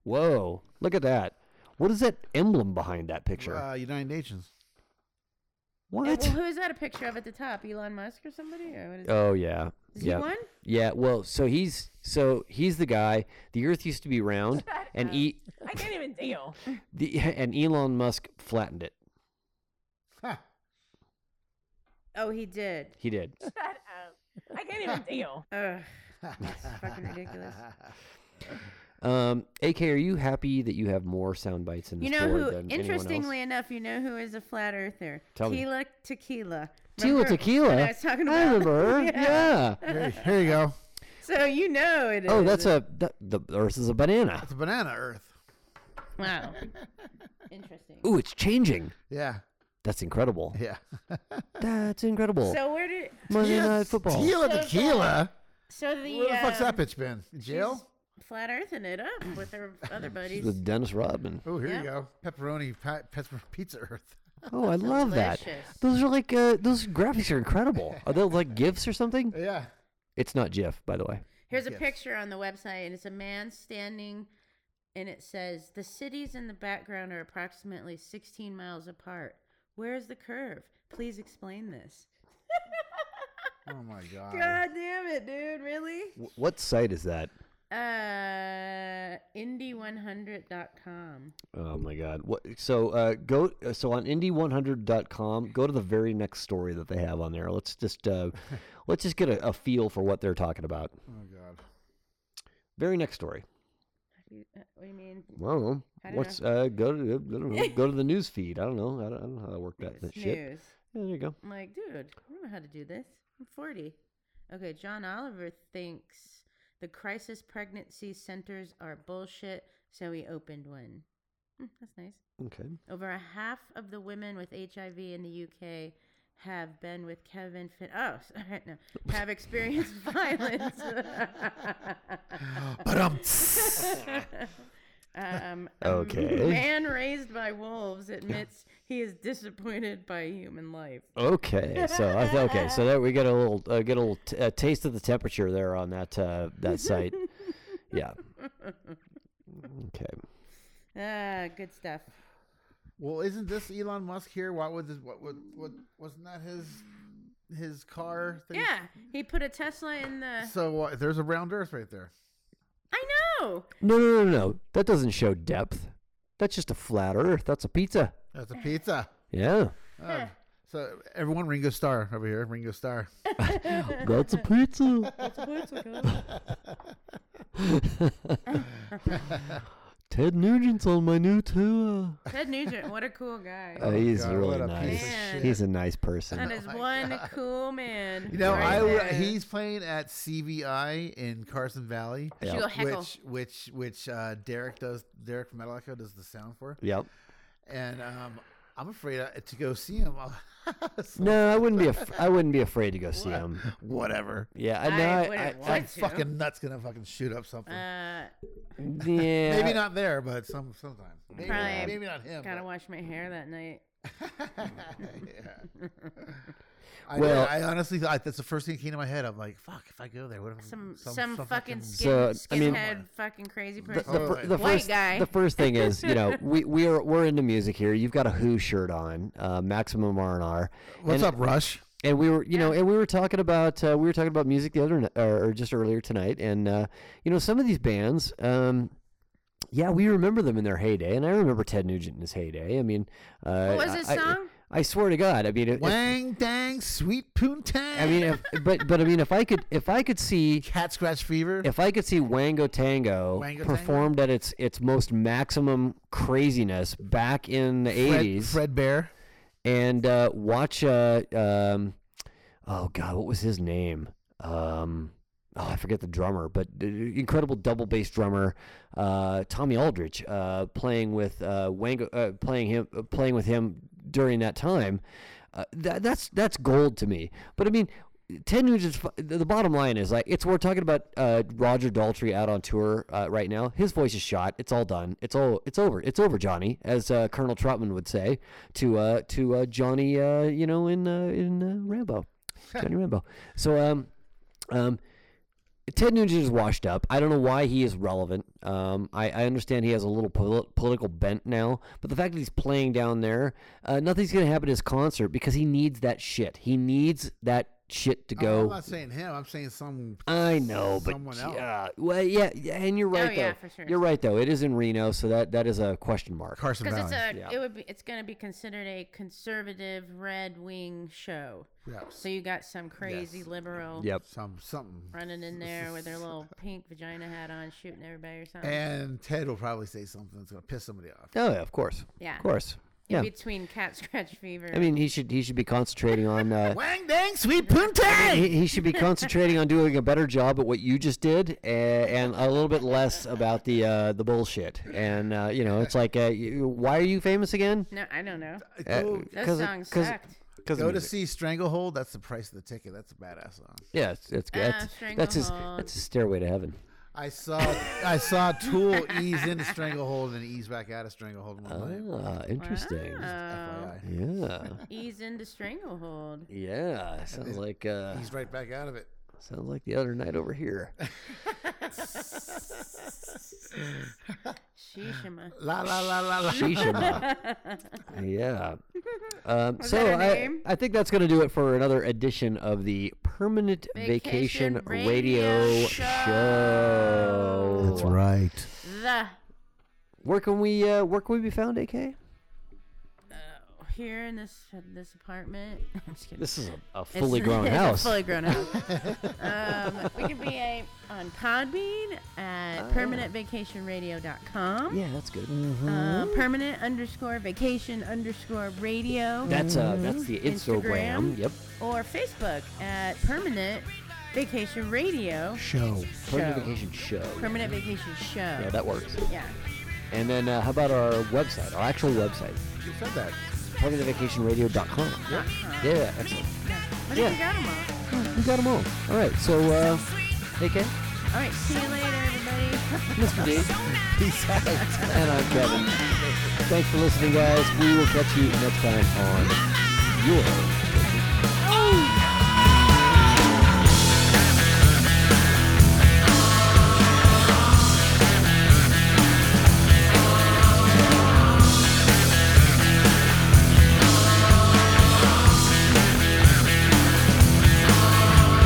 Speaker 1: Whoa! Look at that. What is that emblem behind that picture?
Speaker 3: Uh, United Nations.
Speaker 1: what?
Speaker 2: Well, who is that a picture of at the top? Elon Musk or somebody? Or what is?
Speaker 1: Oh yeah.
Speaker 2: Is he
Speaker 1: yeah.
Speaker 2: one?
Speaker 1: Yeah. Well, so he's so he's the guy. The Earth used to be
Speaker 2: [laughs]
Speaker 1: round, and e
Speaker 2: I can't even deal.
Speaker 1: the, [laughs] and Elon Musk flattened it.
Speaker 2: [laughs]
Speaker 3: Huh.
Speaker 2: Oh, he did.
Speaker 1: He
Speaker 2: [laughs]
Speaker 1: did.
Speaker 2: I can't even deal. Ugh.
Speaker 1: [laughs]
Speaker 2: It's fucking ridiculous.
Speaker 1: Um, AK, are you happy that you have more sound bites in this
Speaker 2: You know
Speaker 1: board
Speaker 2: who?
Speaker 1: than
Speaker 2: Interestingly enough, you know who is a flat earther?
Speaker 1: Tell me.
Speaker 2: Tila Tequila.
Speaker 1: anyone
Speaker 2: Remember
Speaker 1: else? Tila Tequila.
Speaker 2: What I was talking about.
Speaker 1: I remember. yeah.
Speaker 3: Here, here you go.
Speaker 2: [laughs] So you know it is.
Speaker 1: Oh, that's a that, the Earth is a banana.
Speaker 3: It's a banana Earth.
Speaker 2: wow. [laughs] Interesting.
Speaker 1: Ooh, it's changing.
Speaker 3: Yeah.
Speaker 1: That's
Speaker 2: [laughs]
Speaker 1: incredible.
Speaker 3: Yeah.
Speaker 1: That's incredible.
Speaker 2: So where did?
Speaker 1: Monday
Speaker 3: [laughs] Yes,
Speaker 1: Night Football.
Speaker 3: Tequila
Speaker 2: So
Speaker 3: tequila.
Speaker 2: So the
Speaker 3: Where the fuck's
Speaker 2: uh,
Speaker 3: that bitch been? In jail?
Speaker 2: flat earthing it up with
Speaker 3: [laughs]
Speaker 2: her other buddies.
Speaker 1: With Dennis
Speaker 2: [laughs]
Speaker 1: Rodman.
Speaker 3: Oh, here
Speaker 2: Yep.
Speaker 3: you go. Pepperoni, pa- pepper, [laughs] pizza earth.
Speaker 1: Oh, I love that.
Speaker 2: Delicious.
Speaker 1: Those are like uh, those graphics are incredible. Are they like gifs or something?
Speaker 3: yeah.
Speaker 1: It's not GIF, by the way.
Speaker 2: Here's a
Speaker 3: Yes.
Speaker 2: picture on the website, and it's a man standing, and it says the cities in the background are approximately 16 miles apart. Where is the curve? Please explain this.
Speaker 3: Oh
Speaker 2: [laughs]
Speaker 3: my god.
Speaker 2: God damn it, dude! Really?
Speaker 1: W- what site is that?
Speaker 2: Uh, indie100.com.
Speaker 1: Oh my God! What? So uh, go uh, so on indie100.com. Go to the very next story that they have on there. Let's just [laughs] uh, let's just get a, a feel for what they're talking about.
Speaker 3: Oh god.
Speaker 1: Very next story.
Speaker 2: You- uh, What do you mean?
Speaker 1: I don't know.
Speaker 2: I don't
Speaker 1: What's uh, go to I don't know, go to the news feed? I don't know. I don't, I don't know how to work that, that
Speaker 2: It's
Speaker 1: shit.
Speaker 2: news.
Speaker 1: Yeah, there you go.
Speaker 2: I'm like, dude, I don't know how to do this. I'm 40. Okay, John Oliver thinks the crisis pregnancy centers are bullshit, so he opened one. Hmm, that's nice.
Speaker 1: Okay.
Speaker 2: Over a half of the women with HIV in the UK have been with Kevin Fin. Oh, [laughs] s- all right, no. Have experienced violence.
Speaker 3: But um.
Speaker 2: um,
Speaker 1: Okay.
Speaker 2: A man raised by wolves admits he is disappointed by human life.
Speaker 1: Okay, so I th- okay, so there we get a little uh, get a little t- uh, taste of the temperature there on that uh, that site. yeah. Okay.
Speaker 2: Ah, good stuff.
Speaker 3: Well, isn't this Elon Musk here? Why would this? What? What? What? Wasn't that his? His car thing.
Speaker 2: Yeah, he put a Tesla in the.
Speaker 3: So uh, there's a round Earth right there.
Speaker 2: I know.
Speaker 1: No, no, no, no. That doesn't show depth. That's just a flat Earth. That's a pizza.
Speaker 3: That's a pizza.
Speaker 1: Yeah.
Speaker 3: Um, so everyone, Ringo Starr over here. Ringo Starr.
Speaker 1: [laughs] That's a pizza. Ted Nugent's on my new tour.
Speaker 2: [laughs] Ted Nugent, what a cool guy.
Speaker 1: Uh, he's
Speaker 3: Oh, God,
Speaker 1: really
Speaker 3: what a
Speaker 1: nice.
Speaker 3: piece of
Speaker 2: Man. shit.
Speaker 1: He's a nice
Speaker 2: that
Speaker 1: person.
Speaker 2: is one cool man.
Speaker 3: You know,
Speaker 2: right
Speaker 3: I
Speaker 2: there.
Speaker 3: he's playing at CVI in Carson Valley,
Speaker 2: She go heckle.
Speaker 3: which which which uh, Derek does. Derek from Metallica does the sound for,
Speaker 1: Yep.
Speaker 3: and um, I'm afraid I, to go see him. [laughs] So,
Speaker 1: No, I wouldn't be. Af- I wouldn't be afraid to go see him.
Speaker 3: Whatever.
Speaker 1: Yeah. I, no,
Speaker 2: I
Speaker 1: I,
Speaker 2: wouldn't
Speaker 1: I- I-
Speaker 2: want to.
Speaker 3: Fucking nuts gonna fucking shoot up something.
Speaker 2: Uh,
Speaker 1: yeah.
Speaker 3: maybe not there, but some sometime. Maybe,
Speaker 2: Probably
Speaker 3: maybe not him.
Speaker 2: gotta wash my hair that night.
Speaker 3: yeah.
Speaker 2: [laughs]
Speaker 3: I,
Speaker 1: Well-
Speaker 3: I honestly thought that's the first thing that came to my head. I'm like, fuck, if I go there, what if
Speaker 2: Some some, fucking
Speaker 1: So,
Speaker 2: skin,
Speaker 1: I mean-
Speaker 2: skinhead, fucking crazy
Speaker 1: the,
Speaker 2: person.
Speaker 1: the fir-
Speaker 3: Totally.
Speaker 1: the
Speaker 2: White
Speaker 1: first
Speaker 2: guy.
Speaker 1: the first thing is you [laughs] know we we are we're into music here. You've got a Who shirt on, uh, Maximum R and R.
Speaker 3: What's up, Rush?
Speaker 1: And we were you know and we were talking about uh, we were talking about music the other n- or, or just earlier tonight, and uh, you know some of these bands. Um, yeah, we remember them in their heyday, and I remember Ted Nugent in his heyday. I mean, uh,
Speaker 2: What was his
Speaker 1: I, I-
Speaker 2: song?
Speaker 1: I, swear to God, I mean, if, if-
Speaker 3: Wang dang, sweet poontang.
Speaker 1: I mean, if, but but I mean, if I could if I could
Speaker 3: [laughs]
Speaker 1: see
Speaker 3: cat scratch fever.
Speaker 1: if I could see Wango Tango
Speaker 3: Wango
Speaker 1: performed at its its most maximum craziness back in the
Speaker 3: Fred,
Speaker 1: eighties,
Speaker 3: Fred Bear.
Speaker 1: and uh, watch, uh, um, oh god, what was his name? Um, oh, I forget the drummer, but uh, incredible double bass drummer, uh, Tommy Aldridge, uh, playing with uh, Wango, uh, playing him, uh, playing with him during that time. Uh, that, that's that's gold to me. But I mean. Ted Nugent's. fu- The the bottom line is like it's. We're talking about uh, Roger Daltrey out on tour uh, right now. His voice is shot. It's all done. It's all. It's over. It's over, Johnny, as uh, Colonel Troutman would say to uh, to uh, Johnny. Uh, you know, in uh, in uh, Rambo, Johnny Rambo. So um, um, Ted Nugent is washed up. I don't know why he is relevant. Um, I, I understand he has a little poli- political bent now, but the fact that he's playing down there, uh, nothing's going to happen at his concert because he needs that shit. He needs that shit to
Speaker 3: Oh, I'm
Speaker 1: go. Uh,
Speaker 3: not saying him. I'm saying some.
Speaker 1: I know, but
Speaker 3: Someone else.
Speaker 1: yeah, well, yeah, yeah, and you're right though.
Speaker 2: Oh, yeah, for sure.
Speaker 1: You're right though. It is in Reno, so that that is a question mark.
Speaker 3: Carson
Speaker 2: Because
Speaker 3: Valley.
Speaker 2: it's a,
Speaker 1: Yeah.
Speaker 2: it would be, it's gonna be considered a conservative red wing show.
Speaker 3: Yes.
Speaker 2: So you got some crazy liberal
Speaker 1: Yep.
Speaker 3: some something.
Speaker 2: running in there with their little pink vagina hat on, shooting everybody or something.
Speaker 3: And Ted will probably say something that's gonna piss somebody off.
Speaker 1: Oh yeah, of course.
Speaker 2: Yeah.
Speaker 1: Of course. Yeah.
Speaker 2: Between cat scratch fever.
Speaker 1: I mean, he should he should be concentrating
Speaker 3: [laughs]
Speaker 1: on uh,
Speaker 3: Wang dang, sweet poontang.
Speaker 1: he, he should be concentrating on doing a better job at what you just did, uh, and a little bit less about the uh, the bullshit. And uh, you know, it's like, uh, you, why are you famous again?
Speaker 2: no, I don't know.
Speaker 3: Go,
Speaker 2: Those
Speaker 1: Cause it-
Speaker 2: songs
Speaker 1: cause-
Speaker 2: sucked.
Speaker 1: Because
Speaker 3: go to see Stranglehold. That's the price of the ticket. That's a badass song.
Speaker 1: yeah, it's, it's good.
Speaker 2: Ah,
Speaker 1: That's, that's his
Speaker 2: Stranglehold.
Speaker 1: that's his stairway to heaven.
Speaker 3: I saw I saw Tool ease into Stranglehold and ease back out of Stranglehold one night.
Speaker 1: Ah, interesting.
Speaker 2: Wow.
Speaker 3: FYI.
Speaker 1: Yeah.
Speaker 2: Oh. Ease into stranglehold.
Speaker 1: Yeah. Sounds like uh
Speaker 3: He's right back out of it.
Speaker 1: sounds like the other night over here.
Speaker 2: Shishima.
Speaker 3: La la la la la.
Speaker 1: Shishima.
Speaker 2: [laughs]
Speaker 1: yeah. Um, so
Speaker 2: that her
Speaker 1: I,
Speaker 2: name?
Speaker 1: I think that's going to do it for another edition of the Permanent Vacation,
Speaker 2: Vacation Radio
Speaker 1: Radio
Speaker 2: Show.
Speaker 1: Show.
Speaker 3: right.
Speaker 2: The
Speaker 1: Where can we uh, where can we be found, AK?
Speaker 2: here in this this apartment. [laughs] I'm just kidding.
Speaker 1: This is a, a
Speaker 2: It's- [laughs]
Speaker 1: fully grown
Speaker 2: it's a
Speaker 1: house.
Speaker 2: fully
Speaker 1: [laughs]
Speaker 2: grown house. um, we can be a, on Podbean at permanentvacationradio.com.
Speaker 1: Oh. yeah, that's good.
Speaker 2: Uh, permanent underscore vacation underscore radio.
Speaker 1: That's uh that's the Instagram.
Speaker 2: Instagram.
Speaker 1: Yep.
Speaker 2: or Facebook at permanent vacation radio.
Speaker 3: Show.
Speaker 1: Permanent
Speaker 2: Show.
Speaker 1: Vacation Show.
Speaker 2: Permanent vacation show.
Speaker 1: Yeah, that works.
Speaker 2: yeah.
Speaker 1: And then uh, how about our website, our actual website,
Speaker 3: You said that.
Speaker 1: permanentvacationradio.com. Yeah. Yeah, excellent.
Speaker 2: I think
Speaker 1: Yeah.
Speaker 2: we got 'em all.
Speaker 1: We got them all. All right, so uh, AK,
Speaker 2: All right. See you later, everybody.
Speaker 1: Mr. D, peace out, and I'm Kevin. Thanks for listening, guys. We will catch you next time on your.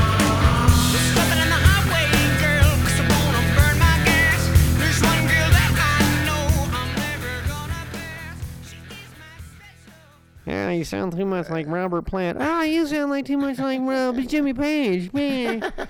Speaker 7: Stopping on the highway, girl, 'cause I wanna burn my gas. There's one girl that I know I'm never gonna pass. She is my special.
Speaker 1: Yeah, you sound too much like Robert Plant. Ah, you sound like too much like uh, Jimmy Page, man.